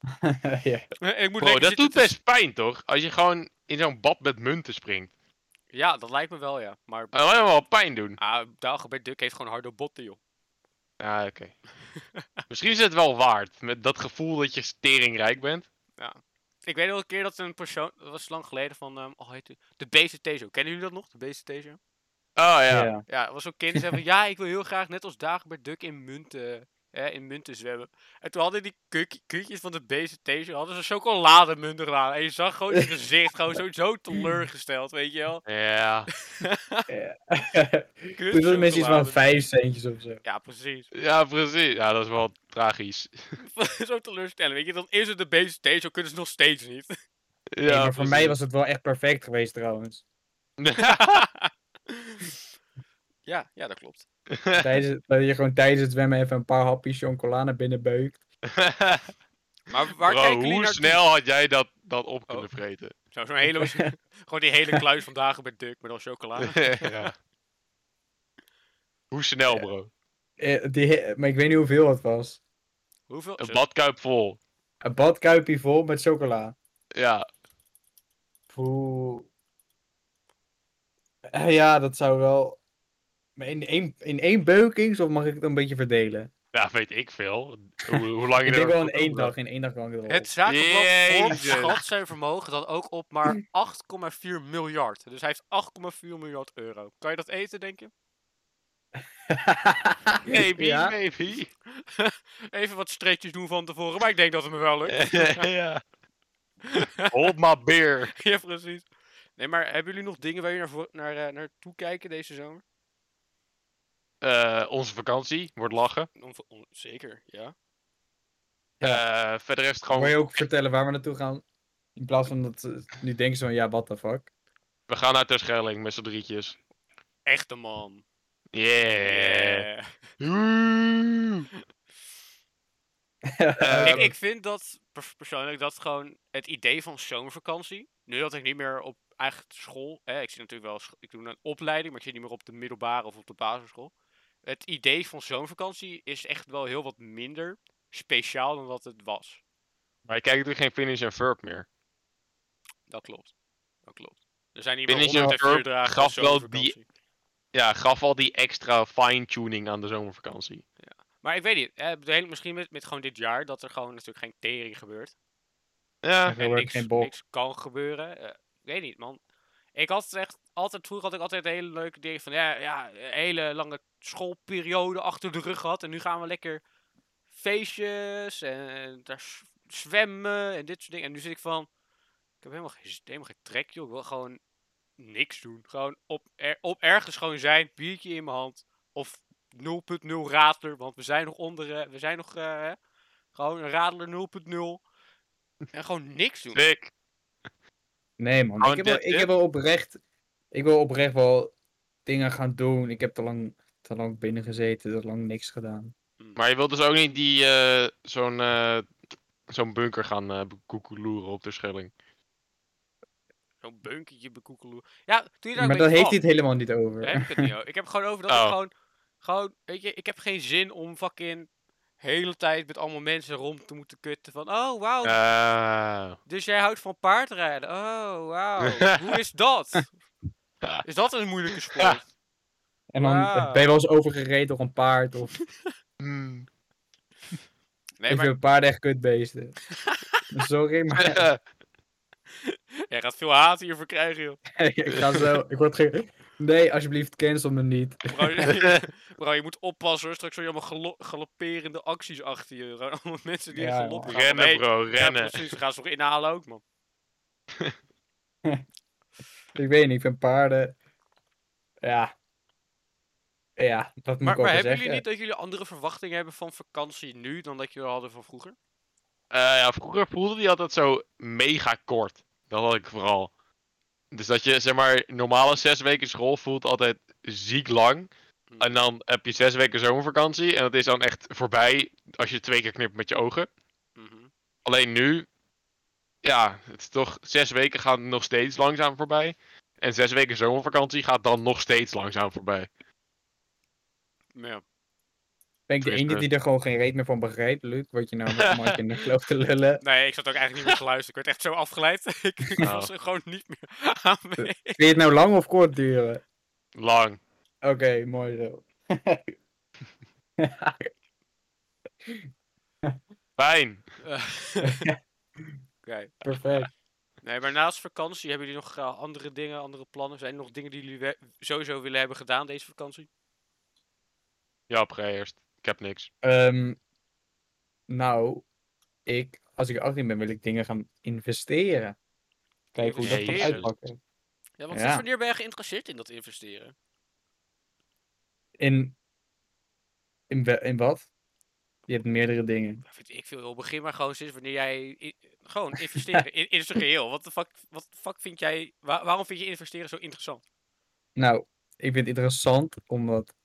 [LAUGHS]
[LAUGHS] ja.
Ik moet lekker dus?
Bro, dat
zitten
doet
te-
best pijn toch? Als je gewoon in zo'n bad met munten springt.
Ja, dat lijkt me wel, ja. Maar
Dat kan wel pijn doen.
ah, Dagobert Duck heeft gewoon harde botten, joh.
Ja, Ah, oké. Misschien is het wel waard. Met dat gevoel dat je steringrijk bent.
Ik weet nog een keer dat een persoon, dat was lang geleden van, ehm oh, heet die- de BCT show. Kennen jullie dat nog, de BCT show?
Oh ja.
Ja.
Ja, er was zo'n kind die
[LAUGHS]
zei van, ja, ik wil heel graag net als Dagobert Duck in munten, hè, in munten zwemmen. En toen hadden die kuk- kutjes van de BCT show, hadden ze chocolademunten gedaan. En je zag gewoon in zijn gezicht, gewoon zo,
[LAUGHS]
zo teleurgesteld, weet je wel.
Ja.
[LAUGHS] Kut
Toen was het mensen iets van
chocolade.
vijf centjes of zo.
Ja, precies. [LAUGHS]
Ja, precies. Ja, dat is wel tragisch.
zo teleurstellen, weet je. Dan is het de BCT show, kunnen ze nog steeds
[LAUGHS]
niet. [LAUGHS]
Ja,
Nee, maar voor mij was het wel echt perfect
[LAUGHS]
geweest trouwens.
ja, ja, dat klopt.
[LAUGHS]
Tijdens, het- dat je gewoon tijdens het zwemmen even een paar hapjes chocola naar binnen beukt.
Maar waar
Bro,
kijken jullie
hoe
naar Oh.
snel had jij dat, dat op kunnen vreten?
Zo, zo'n
[LAUGHS]
hele, gewoon die
[LAUGHS]
hele kluis van Dagobert Duck met al chocola.
ja. Hoe snel,
Ja.
bro?
Eh, die, maar ik weet niet hoeveel het was.
Hoeveel?
Een
Zo-
badkuip vol.
Een badkuipje vol met chocola.
Ja.
Poeh. Eh, Ja, dat zou wel. Maar in één, in één beuking, of mag ik het een beetje verdelen?
Ja, weet ik veel. Hoe, hoe lang je
Ik denk
erover
wel in
kan
één
doen.
dag. In één dag kan ik het wel.
Het
op.
zakenblad
Jezus.
schat zijn vermogen dan ook op maar 8,4 miljard. Dus hij heeft 8,4 miljard euro. Kan je dat eten, denk je? [LAUGHS]
Maybe,
Ja.
maybe.
Even wat streetjes doen van tevoren, maar ik denk dat het me wel
[LAUGHS]
lukt.
[LAUGHS] ja. Hold my beer.
ja, precies. Nee, maar hebben jullie nog dingen waar jullie naar, vo- naar, eh, naartoe kijken deze zomer?
Eh, onze vakantie wordt lachen.
On- on- zeker, ja.
Eh, verder is het
Wil
gewoon.
je ook vertellen waar we naartoe gaan? In plaats van dat eh, nu denken ze van ja, what the fuck.
We gaan naar Terschelling met z'n drietjes.
Echte man.
Eh. Yeah.
Yeah.
Woe.
Kijk,
Ehm,
ik vind dat pers- persoonlijk dat gewoon het idee van zomervakantie. Nu dat ik niet meer op eigen school. Hè, ik zit natuurlijk wel. sch- Ik doe een opleiding, maar ik zit niet meer op de middelbare of op de basisschool. Het idee van zomervakantie is echt wel heel wat minder speciaal dan dat het was.
Maar ik kijk natuurlijk geen finish en verb meer.
Dat klopt. Dat klopt. Er zijn niet
Ben
meer
ik je
100
verp-
F4 dragen
gaf wel die-
zomervakantie.
Ja, gaf al die extra fine-tuning aan de zomervakantie.
Maar ik weet niet. Hè, ik bedoel, misschien met, met gewoon dit jaar dat er gewoon natuurlijk geen tering gebeurt.
Ja,
Heel
en
erg
niks,
geen bol.
niks kan gebeuren. Eh, ik weet niet, man. Ik had het echt altijd, vroeger had ik altijd een hele leuke dingen van, ja, ja, een hele lange schoolperiode achter de rug gehad. En nu gaan we lekker feestjes en, en daar s- zwemmen en dit soort dingen. En nu zit ik van, ik heb helemaal geen, zin- helemaal geen trek, joh. Ik wil gewoon niks doen. Gewoon op, er- op ergens gewoon zijn, biertje in mijn hand. Of 0.0 radler, want we zijn nog onder, eh, we zijn nog eh, hè, gewoon een radler 0.0. En gewoon niks doen.
sick.
[LAUGHS] Nee man,
oh,
Gewoon
ik heb, wel,
dit,
ik
dit.
heb wel oprecht. Ik wil oprecht wel dingen gaan doen. Ik heb te lang, te lang binnen gezeten, te lang niks gedaan.
Maar je wilt dus ook niet die, eh, zo'n, eh, zo'n bunker gaan eh koekeloeren op Terschelling.
Zo'n bunkertje bekoekeloe. Ja, toen je daar een
Maar daar
beetje
heeft hij het helemaal niet
van-
over.
Daar heb ik het niet over. Ik heb gewoon over dat ik
Oh.
gewoon, gewoon, weet je, ik heb geen zin om fucking hele tijd met allemaal mensen rond te moeten kutten van, oh wauw,
Ah.
dus jij houdt van paardrijden. Oh
[LAUGHS]
wauw, hoe is dat? Is dat een moeilijke sport?
En dan
Wauw.
ben je wel eens overgereden door een paard of
Hmm.
Nee, maar [LAUGHS]
een paard echt kutbeesten. Sorry, maar
Jij gaat veel haat hiervoor krijgen, joh.
[LAUGHS] ik ga zo. Ik word ge... Nee, alsjeblieft, cancel me niet.
Bro,
[LAUGHS]
[LAUGHS] bro, je moet oppassen hoor. Straks zo je allemaal galo- galopperende acties achter je. Gewoon allemaal mensen die
Ja,
ja,
joh.
galop gaan. Van,
[LAUGHS] rennen,
hey,
bro,
Ja,
rennen.
precies. Gaan ze nog inhalen ook, man.
Ik weet niet, ik vind paarden. Ja. Ja, dat moet
Maar,
ik ook
maar
wel
hebben
zeggen.
jullie niet dat jullie andere verwachtingen hebben van vakantie nu dan dat jullie hadden van vroeger?
Eh, ja, vroeger voelde die altijd zo mega kort. Dat had ik vooral. Dus dat je, zeg maar, normale zes weken school voelt altijd ziek lang.
Hmm.
En dan heb je zes weken zomervakantie. En dat is dan echt voorbij als je twee keer knipt met je ogen.
Mhm.
Alleen nu, ja, het is toch zes weken gaan nog steeds langzaam voorbij. En zes weken zomervakantie gaat dan nog steeds langzaam voorbij.
Ja.
Ben ik de
Twist,
enige
eh.
die er gewoon geen reet meer van begrijpt, Luc? Wat je nou met Mike in de geloof te
[LAUGHS]
lullen.
Nee, ik zat ook eigenlijk niet
[LAUGHS]
meer te luisteren. Ik werd echt zo afgeleid. [LAUGHS] ik ik
Oh.
was er gewoon niet meer aanwezig.
Vind je het nou lang of kort duren?
Lang.
Oké, mooi zo.
Fijn.
Eh, Oké.
Perfect.
Nee, maar naast vakantie hebben jullie nog eh, andere dingen, andere plannen? Zijn er nog dingen die jullie we- sowieso willen hebben gedaan deze vakantie?
Ja, pre eerst. Ik heb niks.
Ehm, nou, ik, als ik 18 ben, wil ik dingen gaan investeren. Kijken hoe dat gaat
Investeren?
uitpakken.
Ja, want
Ja.
sinds wanneer ben je geïnteresseerd in dat investeren?
In, in, we- in wat? Je hebt meerdere dingen.
Ja, Weet ik veel, joh. begin maar gewoon sinds wanneer jij... i- gewoon investeren in, in
[LAUGHS]
zijn geheel. Wat de fuck, wat de fuck vind jij... wa- waarom vind je investeren zo interessant?
Nou, ik vind het interessant, omdat...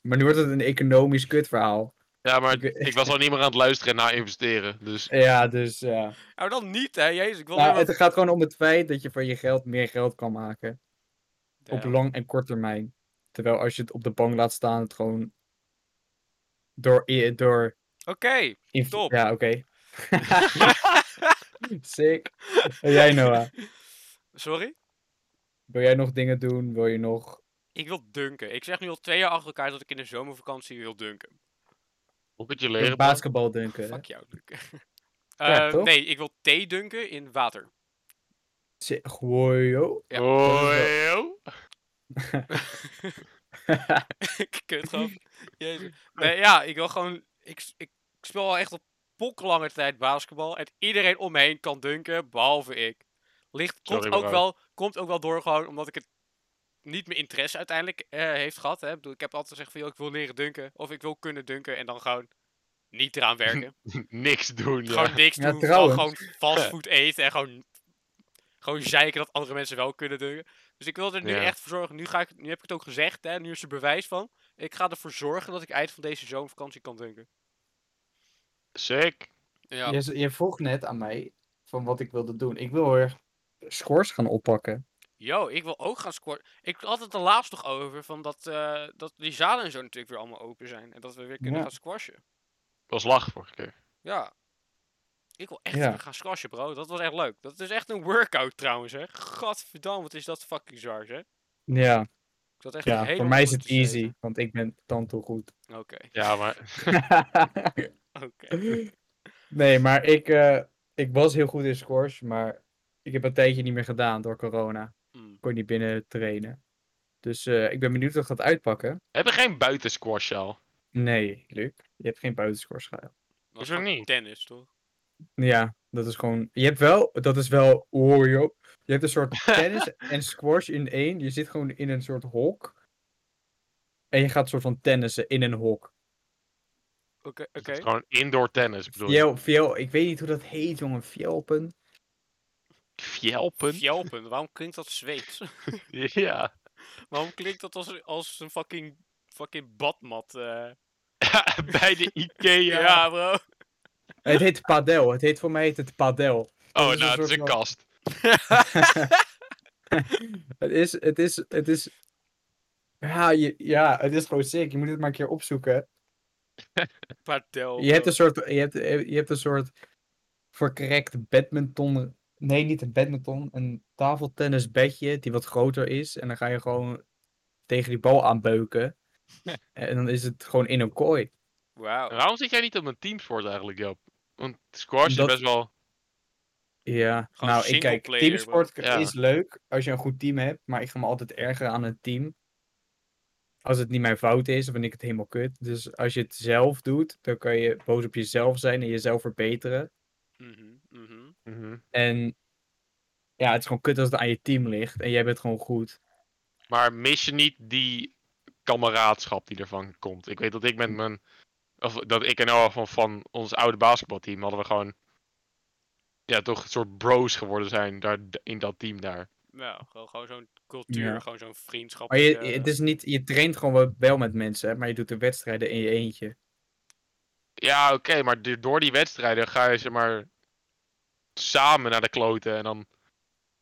Maar nu wordt het een economisch kutverhaal.
Ja, maar
Ik weet-
ik was al niet meer aan het luisteren naar investeren. Dus
Ja, dus ja.
Nou, dan niet, hè. Jezus, ik wil
Nou,
alleen
het gaat gewoon om het feit dat je van je geld meer geld kan maken.
maar-
op
Ja.
lang en kort termijn. Terwijl als je het op de bank laat staan, het gewoon door. i- door
Oké. [LAUGHS]
inv-
Top.
Ja, oké. Sick. En jij, Noah?
Sorry?
Wil jij nog dingen doen? Wil je nog.
Ik wil dunken. Ik zeg nu al twee jaar achter elkaar dat ik in de zomervakantie wil dunken.
hoe kun je
wil je
leren? man?
basketbal dunken?
Fuck jou, Luc. [LAUGHS]
Ja,
Eh,
toch?
nee, ik wil thee dunken in water. [LAUGHS]
Sick. Gooi, joh. [LAUGHS]
Ja.
Hoi, ho.
Kutgrap. Jezus. Nee, ja, ik wil gewoon... Ik, s- ik speel al echt op poklange tijd basketbal. En iedereen om me heen kan dunken, behalve ik. Ligt, komt,
Sorry,
ook
bro.
wel, komt ook wel door gewoon omdat ik het niet mijn interesse uiteindelijk eh, heeft gehad. Hè. Ik, bedoel, ik heb altijd gezegd van, joh, ik wil leren dunken. Of ik wil kunnen dunken. En dan gewoon niet eraan werken.
[LAUGHS] Niks doen. Ja.
Gewoon niks
Ja,
doen. Gewoon,
trouwens.
gewoon fastfood eten. En gewoon, gewoon zeiken dat andere mensen wel kunnen dunken. Dus ik wil er nu
Ja.
echt voor zorgen. Nu, ga ik, nu heb ik het ook gezegd. Hè, nu is er bewijs van. Ik ga ervoor zorgen dat ik eind van deze zomervakantie kan dunken.
Sick.
Ja.
Je, je vroeg net aan mij van wat ik wilde doen. Ik wil heel erg schors gaan oppakken.
Yo, ik wil ook gaan scoren. Ik had het er laatst nog over. Van dat, eh, dat die zalen en zo natuurlijk weer allemaal open zijn. En dat we weer kunnen
Ja.
gaan squashen.
was lach vorige keer.
Ja. Ik wil echt
Ja.
weer gaan squashen, bro. Dat was echt leuk. Dat is echt een workout trouwens, hè. Gadverdamme, wat is dat fucking zwaar, hè.
Ja,
Ik zat echt
ja
helemaal
voor mij is
onder
het
te zweten.
easy, want ik ben dan toe goed. [LAUGHS]
Oké,
Ja, maar
oké.
Nee, maar ik, eh, ik was heel goed in squash, maar ik heb een tijdje niet meer gedaan door corona.
Mm.
Ik kon niet binnen trainen. Dus eh, ik ben benieuwd hoe dat gaat uitpakken.
heb je geen buitensquash al?
Nee, Luc, je hebt geen buitensquash gehad.
Dat is
Hoezo
gewoon
niet?
Tennis, toch?
Ja, dat is gewoon... Je hebt wel... Dat is wel... Oh, joh. Je hebt een soort tennis en squash in één. Je zit gewoon in een soort hok. En je gaat soort van tennissen in een hok.
Oké,
Het
oké.
is gewoon indoor tennis, bedoel je?
Fjel, fjel, ik weet niet hoe dat heet, jongen. Fjelpen.
Fjelpen?
Fjelpen, waarom klinkt dat Zweeds? [LAUGHS]
[LAUGHS] Ja.
waarom klinkt dat als, als een fucking, fucking badmat? eh?
Bij de Ikea.
Ja. bro. [LAUGHS]
Het heet padel. Het heet voor mij heet het padel.
Oh,
is een
nou, het is
soort
een
van-
kast.
Het is, het is, het is. Ja, je, ja, het is gewoon sick. Je moet het maar een keer opzoeken.
Padel.
Je hebt
bro.
een soort, je hebt, eh, je hebt een soort verkrekt badminton. Nee, niet een badminton. Een tafeltennisbedje die wat groter is. En dan ga je gewoon tegen die bal aanbeuken. En dan is het gewoon in een kooi.
Wauw.
dus-
Waarom zit jij niet op een teamsport eigenlijk, Job? Want squash
Omdat-
is best wel...
Ja,
Gewoon
nou ik
single
kijk,
player,
teamsport
bro. Ja.
is leuk als je een goed team hebt, maar ik ga me altijd ergeren aan een team. Als het niet mijn fout is, dan vind ik het helemaal kut. Dus als je het zelf doet, dan kan je boos op jezelf zijn en jezelf verbeteren.
Mhm, mhm.
Mhm.
En ja, het is gewoon kut als het aan je team ligt en jij bent gewoon goed.
Maar mis je niet die kameraadschap die ervan komt? Ik weet dat ik
Hm.
met mijn. Of dat ik en Noah van, van ons oude basketbalteam hadden we gewoon. Ja, toch een soort bros geworden zijn daar, in dat team daar.
Ja, gewoon, gewoon zo'n cultuur,
Ja.
gewoon zo'n vriendschap. eh.
Maar je, het is niet, je traint gewoon wel- wel met mensen, hè, maar je doet de wedstrijden in je eentje.
Ja, oké, maar do- door die wedstrijden ga je zeg maar. samen naar de kloten en dan.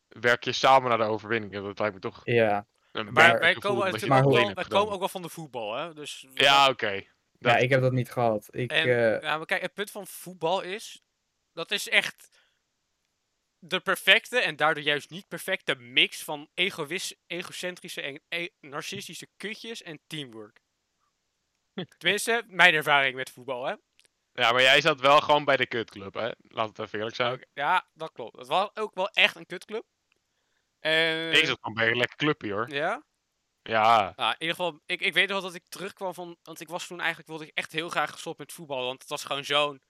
werk je samen naar de overwinning. En Dat lijkt me toch.
Ja,
Een
Maar
beter
wij
gevoel
komen,
dan dat je
natuurlijk
maar
ook wel,
dat alleen
wij
hebt gedaan.
komen ook wel van de voetbal, hè? Dus
Ja, oké.
ja,
Dat-
ik heb dat niet gehad. Ik,
En,
eh,
ja, maar kijk, het punt van voetbal is. Dat is echt. De perfecte en daardoor juist niet perfecte mix van egoïs, egocentrische en e- narcistische kutjes en
[LAUGHS]
teamwork. Tenminste, mijn ervaring met voetbal, hè?
Ja, maar jij zat wel gewoon bij de kutclub, hè? Laat het even eerlijk zijn.
Ja, dat klopt. Het was ook wel echt een kutclub. En,
Ik zat gewoon bij een lekker clubje hoor.
Ja?
Ja.
Nou, in ieder geval, ik, ik weet nog wel dat ik terugkwam van. Want ik was toen eigenlijk. wilde ik echt heel graag gestopt met voetbal. Want het was gewoon zo'n.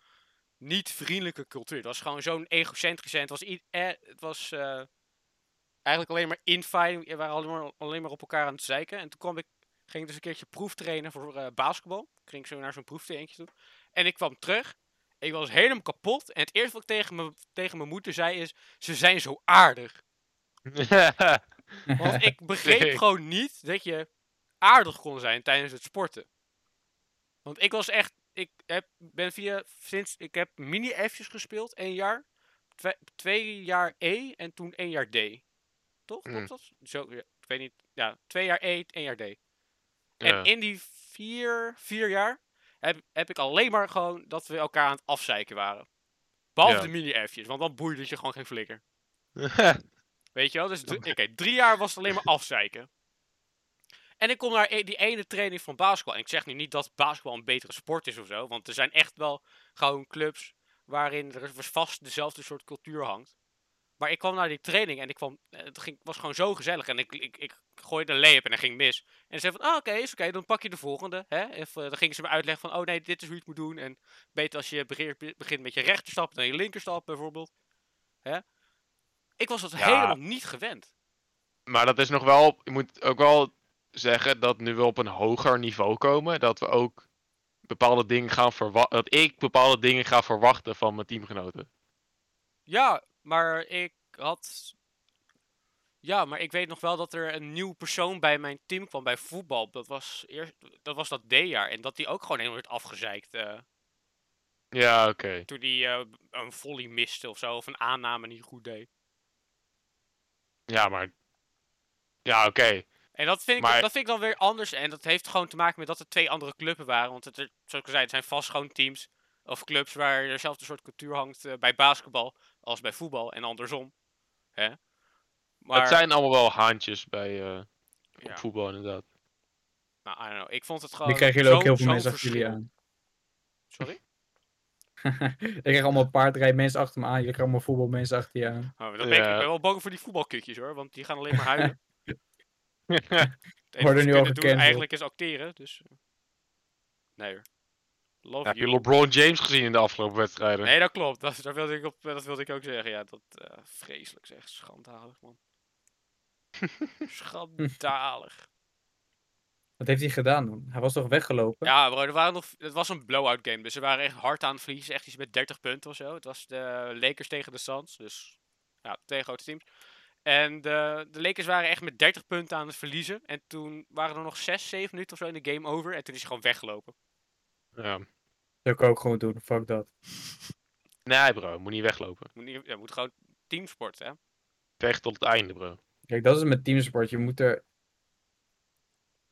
niet vriendelijke cultuur. Het was gewoon zo'n egocentrische. En het was. i- eh, het was eh, eigenlijk alleen maar infighting. We waren alleen maar, alleen maar op elkaar aan het zeiken. En toen kwam ik. ging ik dus een keertje proeftrainen voor eh, basketbal. Ging ik zo naar zo'n proeftraintje toe. En ik kwam terug. Ik was helemaal kapot. En het eerste wat ik tegen, me, tegen mijn moeder zei is. Ze zijn zo aardig. Want
[LAUGHS]
ik begreep
Nee.
gewoon niet dat je aardig kon zijn tijdens het sporten. Want ik was echt. Ik heb, ben via. Sinds, ik heb mini-F's gespeeld, één jaar. Twe- twee jaar E en toen één jaar D. Toch?
Mm.
Klopt dat? Zo, ja, ik weet niet. Ja, twee jaar E, één jaar D.
ja.
En in die vier, vier jaar heb, heb ik alleen maar gewoon dat we elkaar aan het afzeiken waren. Behalve
Ja.
de mini-F'jes, want dan boeide het je gewoon geen flikker. Weet je wel? Dus dr- oké, drie jaar was het alleen
[LAUGHS]
maar afzeiken. En ik kom naar e- die ene training van basketbal. En ik zeg nu niet dat basketbal een betere sport is of zo. Want er zijn echt wel gewoon clubs waarin er vast dezelfde soort cultuur hangt. Maar ik kwam naar die training en ik kwam, eh, het ging, was gewoon zo gezellig. En ik, ik, ik gooide een layup en dat ging mis. En ze zei van, ah oké, is oké, dan pak je de volgende. Hè? Of, eh, dan gingen ze me uitleggen van, oh nee, dit is hoe je het moet doen. En beter als je begeert- begint met je rechterstap dan je linkerstap bijvoorbeeld. Hè? Ik was dat
Ja.
helemaal niet gewend.
[LAUGHS] maar dat is nog wel. Je moet ook wel zeggen dat nu we op een hoger niveau komen. Dat we ook bepaalde dingen gaan verwachten. Dat ik bepaalde dingen ga verwachten van mijn teamgenoten.
Ja, maar ik had. Ja, maar ik weet nog wel dat er een nieuw persoon bij mijn team kwam bij voetbal. Dat was, eerst, dat, was dat D-jaar. En dat die ook gewoon helemaal werd afgezeikt. eh,
Ja, oké.
toen die eh, een volley miste of zo. Of een aanname niet goed deed.
Ja, maar. Ja, oké.
En dat vind, ik,
Maar-
dat vind ik dan weer anders. En dat heeft gewoon te maken met dat er twee andere clubs waren. Want het, er- zoals ik al zei, het zijn vast gewoon teams. Of clubs waar dezelfde soort cultuur hangt eh, bij basketbal. Als bij voetbal. En andersom. Hè? Maar,
Het zijn allemaal wel haantjes bij eh, op
ja.
voetbal, inderdaad.
Nou, I don't know. Ik vond het gewoon.
dan krijgen jullie ook
zo-
heel veel
zo'n
mensen achter jullie
verschil.
aan. [LAUGHS]
Sorry?
ik krijg allemaal paardrijmensen achter me aan. Je krijgt allemaal voetbalmensen achter je aan.
Oh, dan ben ik, ik
Ja.
ben wel bang voor die voetbalkutjes hoor, want die gaan alleen maar
[LAUGHS]
huilen.
[LAUGHS]
Het enige wat ze
Worden nu al
kunnen doen
gecanceld.
eigenlijk is acteren, dus. Nee hoor. Love
Heb je
you.
LeBron James gezien in de afgelopen wedstrijden?
Nee, dat klopt. Dat, daar wilde ik op, dat wilde ik ook zeggen. Ja, dat eh, vreselijk zeg. Schandalig man. Schandalig.
Wat heeft hij gedaan dan? Hij was toch weggelopen?
Ja, bro, er waren nog, het was een blowout game. Dus ze waren echt hard aan het verliezen. Echt iets met 30 punten of zo. Het was de Lakers tegen de Suns. Dus ja, twee grote teams. En de, de Lakers waren echt met 30 punten aan het verliezen. En toen waren er nog 6, 7 minuten of zo in de game over. En toen is hij gewoon weggelopen.
Ja.
Dat kan ik ook gewoon doen. Fuck dat.
Nee, bro. Moet niet weglopen.
Moet, niet, ja, moet gewoon teamsport, hè?
Vecht tot het einde, bro.
Kijk, dat is met teamsport. Je moet er...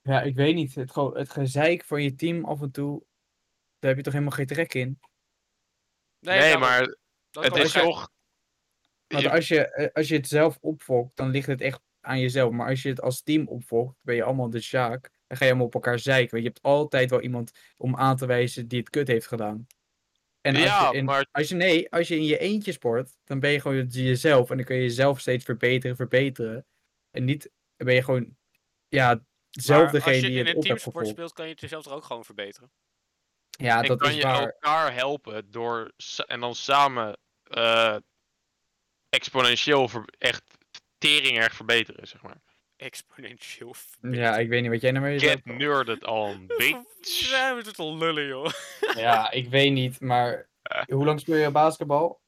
Ja, ik weet niet. Het, gewoon- het gezeik van je team af en toe... Daar heb je toch helemaal geen trek in?
Nee, Oh,
daarom.
maar
Dat
het
kan
is
waarschijn-
toch.
Want
Je-
als je, eh, als je het zelf opvolgt, dan ligt het echt aan jezelf. Maar als je het als team opvolgt, ben je allemaal de Sjaak. Dan ga je allemaal op elkaar zeiken. Want je hebt altijd wel iemand om aan te wijzen die het kut heeft gedaan. En als,
Ja,
je in,
maar-
als je nee, als je in je eentje sport, dan ben je gewoon je- jezelf en dan kun je jezelf steeds verbeteren, verbeteren. En niet dan ben je gewoon ja, zelf
Maar
degene
als je
die
in
het
een
op hebt
teamsport
gevolgd.
speelt, kan je het jezelf er ook gewoon verbeteren. [LAUGHS]
Ja,
en
dat
kan
is
je
waar.
elkaar helpen door sa- en dan samen eh, exponentieel ver- echt tering erg verbeteren, zeg maar.
Exponentieel.
Ja, ik weet niet wat jij nou mee
Get nerded
[LAUGHS]
on, bitch.
Ja, we het al lullen, joh.
Ja, ik weet niet, maar hoe lang speel je basketbal?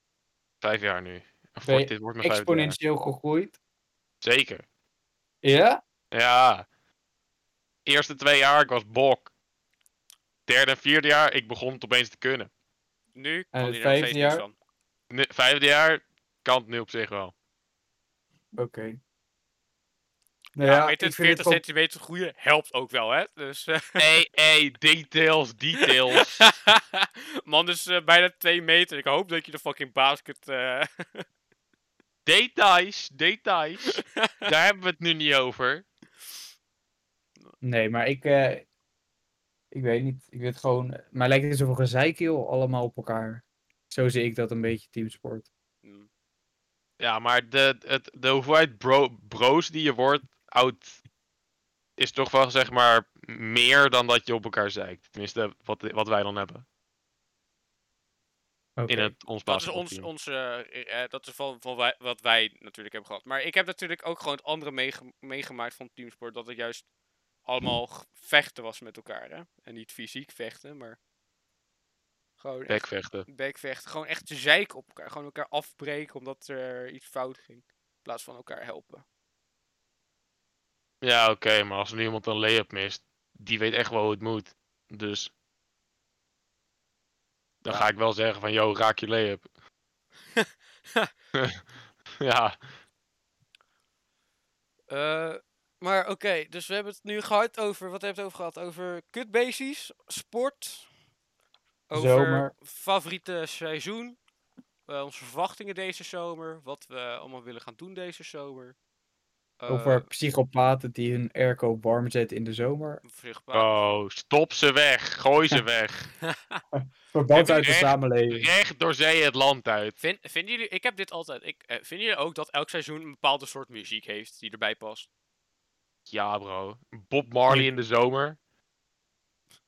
Vijf jaar nu. Of
Ben je
wordt- dit wordt mijn vijfde jaar.
Exponentieel gegroeid.
Zeker.
Ja?
Ja. Eerste twee jaar, ik was bok. Derde en vierde jaar, ik begon het opeens te kunnen.
Nu kan
het
hij er nog steeds
vijfde
niks
jaar?
van.
Nu- vijfde jaar, kan het nu op zich wel.
Oké. Nou
Ja, weet het, 40 centimeter groeien helpt ook wel, hè? Dus, eh,
[LAUGHS] hey, hey, details, details.
[LAUGHS] man, dus eh, bijna 2 meter. Ik hoop dat je de fucking basket... eh, [LAUGHS]
Details, details. Daar hebben we het nu niet over.
Nee, maar ik, eh, ik weet niet. Ik weet gewoon. Maar lijkt het zoveel gezeik, joh, allemaal op elkaar. Zo zie ik dat een beetje teamsport.
mm,
Ja, maar de, het, de hoeveelheid bro, bro's die je wordt, oud, is toch wel zeg maar meer dan dat je op elkaar zeikt. Tenminste, wat, wat wij dan hebben
Oké.
in het, ons
dat is ons,
basketbalteam.
ons, eh, eh, dat is van, van wij- wat wij natuurlijk hebben gehad. Maar ik heb natuurlijk ook gewoon het andere meege- meegemaakt van teamsport. Dat het juist allemaal g- vechten was met elkaar, hè? En niet fysiek vechten, maar... Gewoon echt
Bekvechten.
bekvechten. Gewoon echt zeiken op elkaar. Gewoon elkaar afbreken omdat er iets fout ging. In plaats van elkaar helpen.
Ja, oké, maar als nu iemand een lay-up mist, die weet echt wel hoe het moet. Dus. Dan
Ja.
ga ik wel zeggen van, yo, raak
[LAUGHS]
je lay-up. [LAUGHS] ja,
Eh, maar oké, dus we hebben het nu gehad over. Wat hebben we het over gehad? Over kutbeestjes, sport. Over
Zomer.
favoriete seizoen. eh, onze verwachtingen deze zomer. Wat we allemaal willen gaan doen deze zomer. eh,
Over psychopaten die hun airco warm zetten in de zomer.
vruchtbaar.
oh, stop ze weg. Gooi
[LAUGHS]
ze weg. Heb
Verband
je
uit de
echt-
samenleving.
Recht door zee het land uit.
Vind, vinden jullie, ik heb dit altijd. Ik, eh, vinden jullie ook dat elk seizoen een bepaalde soort muziek heeft die erbij past?
Ja, bro. Bob Marley in de zomer.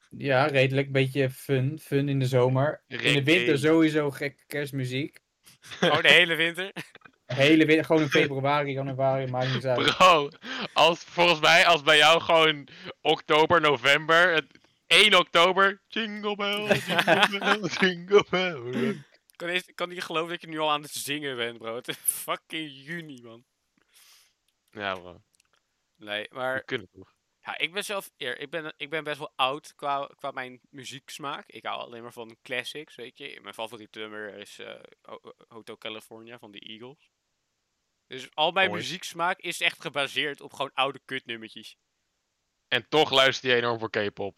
Ja, redelijk. Een beetje fun. Fun in de zomer. In de
Rick
winter
James.
sowieso gekke kerstmuziek.
Gewoon de hele winter.
Hele winter, gewoon in februari, januari, maakt niks uit.
[LAUGHS] Bro, als, volgens mij als bij jou gewoon oktober, november, het, 1 oktober, jingle
[LAUGHS]
bell, jingle bell, jingle bell.
kan, eens- kan niet geloven dat je nu al aan het zingen bent, bro. Het is [LAUGHS] fucking juni, man.
Ja bro,
Nee, maar
we kunnen toch.
Ja, ik ben zelf eer, ik ben, ik ben best wel oud qua, qua mijn muzieksmaak. Ik hou alleen maar van classics, weet je. Mijn favoriete nummer is eh, Ho- Ho- Hotel California van de Eagles. Dus al mijn
Mooi.
muzieksmaak is echt gebaseerd op gewoon oude kutnummertjes.
En toch luister je enorm voor K-pop.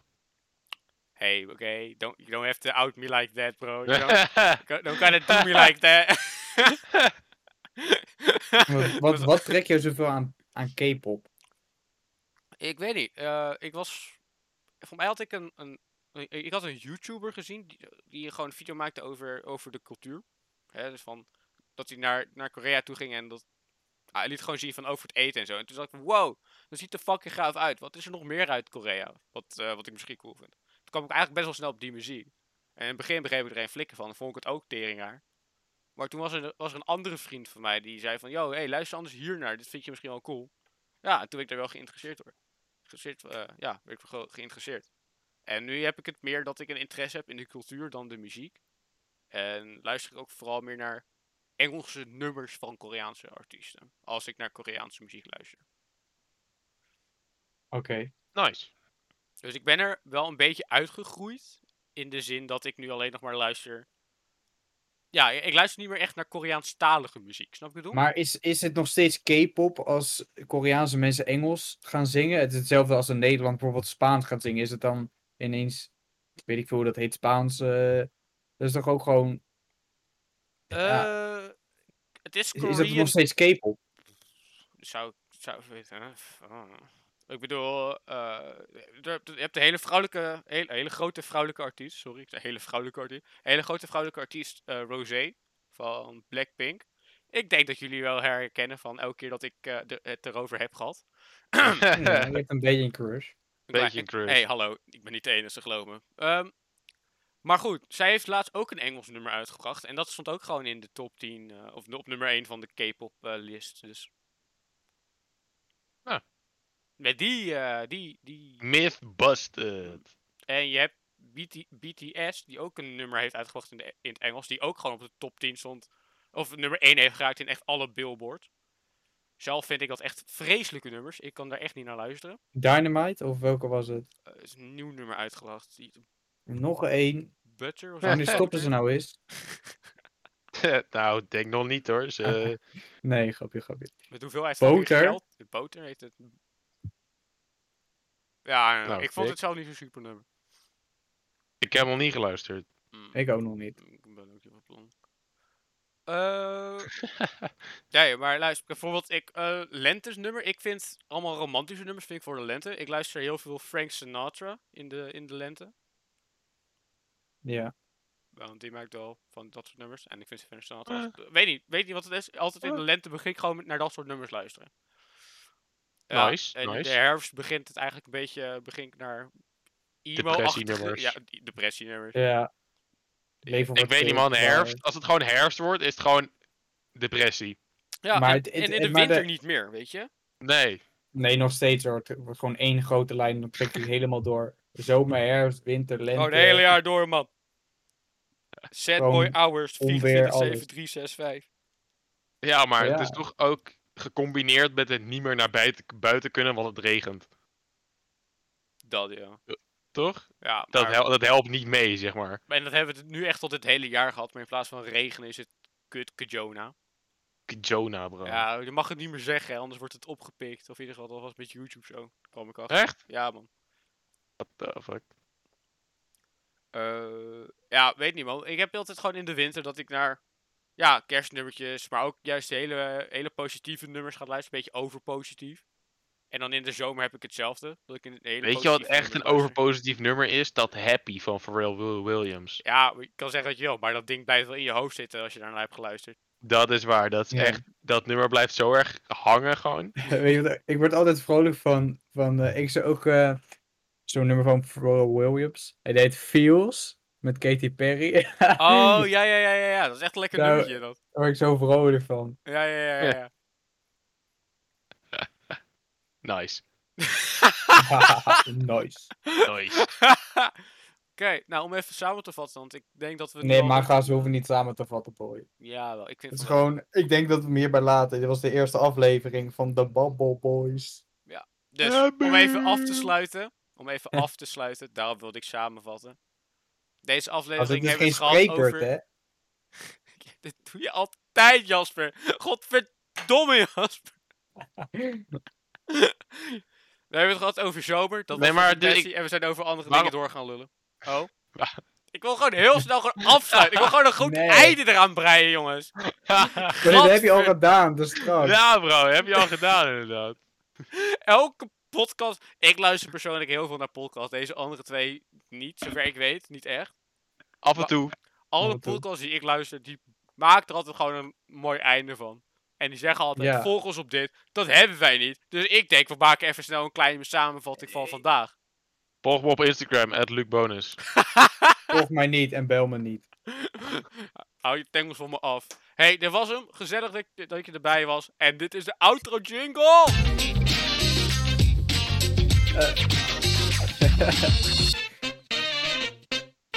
Hey, oké, don't, you don't have to out me like that, bro. You
[LAUGHS]
don't, don't- don't kinda do me like that.
Wat, wat, wat trek je zoveel aan, aan K-pop?
Ik weet niet. eh, ik was. Voor mij had ik een. een ik- ik had een YouTuber gezien die, die gewoon een video maakte over, over de cultuur. Hè, dus van dat hij naar, naar Korea toe ging en dat. ah, hij liet gewoon zien van over het eten en zo. En toen dacht ik, wow, dat ziet er fucking gaaf uit. Wat is er nog meer uit Korea? Wat, eh, wat ik misschien cool vind. Toen kwam ik eigenlijk best wel snel op die muziek. En in het begin begreep ik er een flikker van. Vond ik het ook teringaar. Maar toen was er, was er een andere vriend van mij die zei van... Yo, hey, luister anders hiernaar. Dit vind je misschien wel cool. Ja, en toen ben ik daar wel geïnteresseerd door geïnteresseerd, eh, ja, ben ik wel geïnteresseerd. En nu heb ik het meer dat ik een interesse heb in de cultuur dan de muziek. En luister ik ook vooral meer naar Engelse nummers van Koreaanse artiesten. Als ik naar Koreaanse muziek luister.
Oké.
[LAUGHS]
[CLEARS THROAT]
nice.
Dus ik ben er wel een beetje uitgegroeid. In de zin dat ik nu alleen nog maar luister. Ja, ik ik luister niet meer echt naar Koreaanstalige muziek. Snap je wat ik bedoel?
Maar is, is het nog steeds K-pop als Koreaanse mensen Engels gaan zingen? Het is hetzelfde als in Nederland bijvoorbeeld Spaans gaat zingen. Is het dan ineens, weet ik veel hoe dat heet, Spaans? eh, dat is toch ook gewoon, ja.
Eh, het is
is, is dat
[LAUGHS]
nog
Korean...
steeds K-pop?
Zou, zou ik weten, hè? F- ah. Ik bedoel, eh, je hebt- je hebt een hele vrouwelijke, hele, hele grote vrouwelijke artiest, sorry, ik zei hele vrouwelijke artiest, een hele grote vrouwelijke artiest, eh Rosé van Blackpink. Ik denk dat jullie wel herkennen van elke keer dat ik eh, de- het erover heb gehad.
Ja, je hebt een beetje een crush.
Maar
Beetje
ik-
een crush.
hey, hallo, ik ben niet de enige, geloof me. Ehm, maar goed, zij heeft laatst ook een Engels nummer uitgebracht en dat stond ook gewoon in de top 10, eh, of op nummer 1 van de K-pop eh, list, dus...
Ah.
Met die, eh, die, die
Myth busted.
En je hebt BT BTS, die ook een nummer heeft uitgebracht in, de, in het Engels, die ook gewoon op de top 10 stond. Of nummer 1 heeft geraakt in echt alle billboard. Zelf vind ik dat echt vreselijke nummers. Ik kan daar echt niet naar luisteren.
Dynamite of welke was het?
Eh, er is een nieuw nummer uitgebracht. Die
Nog één.
Butter of
Maar nu
zo.
stoppen ze nou eens.
[LAUGHS] nou, denk nog niet hoor. eh,
[LAUGHS]
Ze,
Nee, grapje, grapje.
Met hoeveelheid van
Boter?
geld. Boter heet het. Ja, eh,
Nou,
ik vond
dik.
het zelf niet zo'n super nummer.
ik heb nog niet geluisterd.
Mm.
Ik ook nog niet.
Ik ben ook heel plan. [LAUGHS] nee, maar luister, bijvoorbeeld ik, eh lentes nummer. Ik vind allemaal romantische nummers vind ik voor de lente. Ik luister heel veel Frank Sinatra in de, in de lente.
Ja.
Want die maakt wel van dat soort nummers. En ik vind Frank Sinatra...
Ah.
als- Weet niet, weet niet wat het is. Altijd in de lente begin ik gewoon met- naar dat soort nummers luisteren.
Nice,
en in
nice.
de herfst begint het eigenlijk een beetje... eh, Begin ik naar emo-achtige...
Depressienummers.
[LAUGHS] Ja, die- depressienummers.
Ja. Leven
Ik
wordt eh,
weet niet man,
veel
herfst. Als het gewoon herfst wordt, is het gewoon depressie.
Ja,
Maar
en,
het- het-
en in
het-
de
maar de-
winter niet meer, weet je?
Nee.
Nee, nog steeds hoor. Het wordt gewoon één grote lijn. Dan trekt hij helemaal door. Zomer, herfst, winter, lente.
Oh,
Gewoon het hele jaar door, man. Sad boy
Gewoon
hours,
onweer,
24,
alles.
365.
Ja, maar het
Ja.
is toch ook gecombineerd met het niet meer naar buiten, buiten kunnen, want het regent.
Dat, ja.
Toch?
ja
Dat,
maar-
hel- dat helpt niet mee, zeg maar.
en dat hebben we het nu echt tot het hele jaar gehad. Maar in plaats van regen is het kut kajona.
Jonah, bro.
Ja, je mag het niet meer zeggen, hè, anders wordt het opgepikt. Of in ieder geval, dat was met YouTube zo. Kwam ik achter.
Echt?
Ja, man.
What the fuck?
Eh, ja, weet niet, man. Ik heb altijd gewoon in de winter dat ik naar... Ja, kerstnummertjes, maar ook juist hele, hele positieve nummers ga luisteren. Een beetje overpositief. En dan in de zomer heb ik hetzelfde. Dat ik een hele
Weet je wat
positieve
echt een
nummers luister.
overpositief nummer is? Dat Happy van Pharrell Wil- Williams.
Ja, ik kan zeggen dat je wil, maar dat ding blijft wel in je hoofd zitten als je daarnaar hebt
[LAUGHS]
geluisterd.
Dat is waar. Dat, is
Ja.
echt, dat nummer blijft zo erg hangen gewoon.
[LAUGHS] Weet je wat, ik word altijd vrolijk van. van eh, ik zou ook eh, zo'n nummer van Pharrell Williams. Hij deed Feels met Katy Perry. [LAUGHS]
Oh, ja, ja, ja, ja, ja. Dat is echt een lekker
Nou,
nummertje, dat.
Daar word ik zo vrolijk
[LAUGHS]
van.
Ja, ja, ja, ja.
ja.
ja.
Nice. [LAUGHS]
[LAUGHS]
nice.
Nice.
Oké, nou, om even samen te vatten, want ik denk dat we... het
Nee,
wel-
maar gaas, we hoeven niet samen te vatten, boy.
Ja, wel, ik vind...
Het is
van-
gewoon, ik denk dat we meer bij laten. Dit was de eerste aflevering van de Bubble Boys.
Dus, om even af te sluiten, om even af te sluiten, daarom wilde ik samenvatten. Deze
Als het
aflevering
Oh, is
hebben we
geen
het gehad
spreekbeurt,
over...
hè?
Dit doe je altijd, Jasper. Godverdomme, Jasper. [LAUGHS] We hebben het gehad over zomer. Dat
Nee,
was
maar
de kwestie.
ik-
En we zijn over andere
Waarom-
dingen door gaan lullen. Oh.
Wa-
Ik wil gewoon heel snel gewoon afsluiten. Ik wil gewoon een goed
Nee.
einde eraan breien, jongens.
Maar dit heb je al
Gadver-
gedaan, dus straks.
[LAUGHS] ja bro, heb je al gedaan inderdaad.
[LAUGHS] Elke podcast. Ik luister persoonlijk heel veel naar podcasts. Deze andere twee niet, zover ik weet. Niet echt.
Af
Wa-
en toe.
Alle
Af en toe.
podcasts die ik luister, die maken er altijd gewoon een mooi einde van. En die zeggen altijd,
Ja.
volg ons op dit. Dat hebben wij niet. Dus ik denk, we maken even snel een kleine samenvatting van vandaag. [LAUGHS]
Volg me op Instagram, @lucbonus.
Volg mij niet en bel me niet.
Hou je tengels van me af. hey, dit was hem. Gezellig dat je, dat je erbij was. En dit is de outro jingle!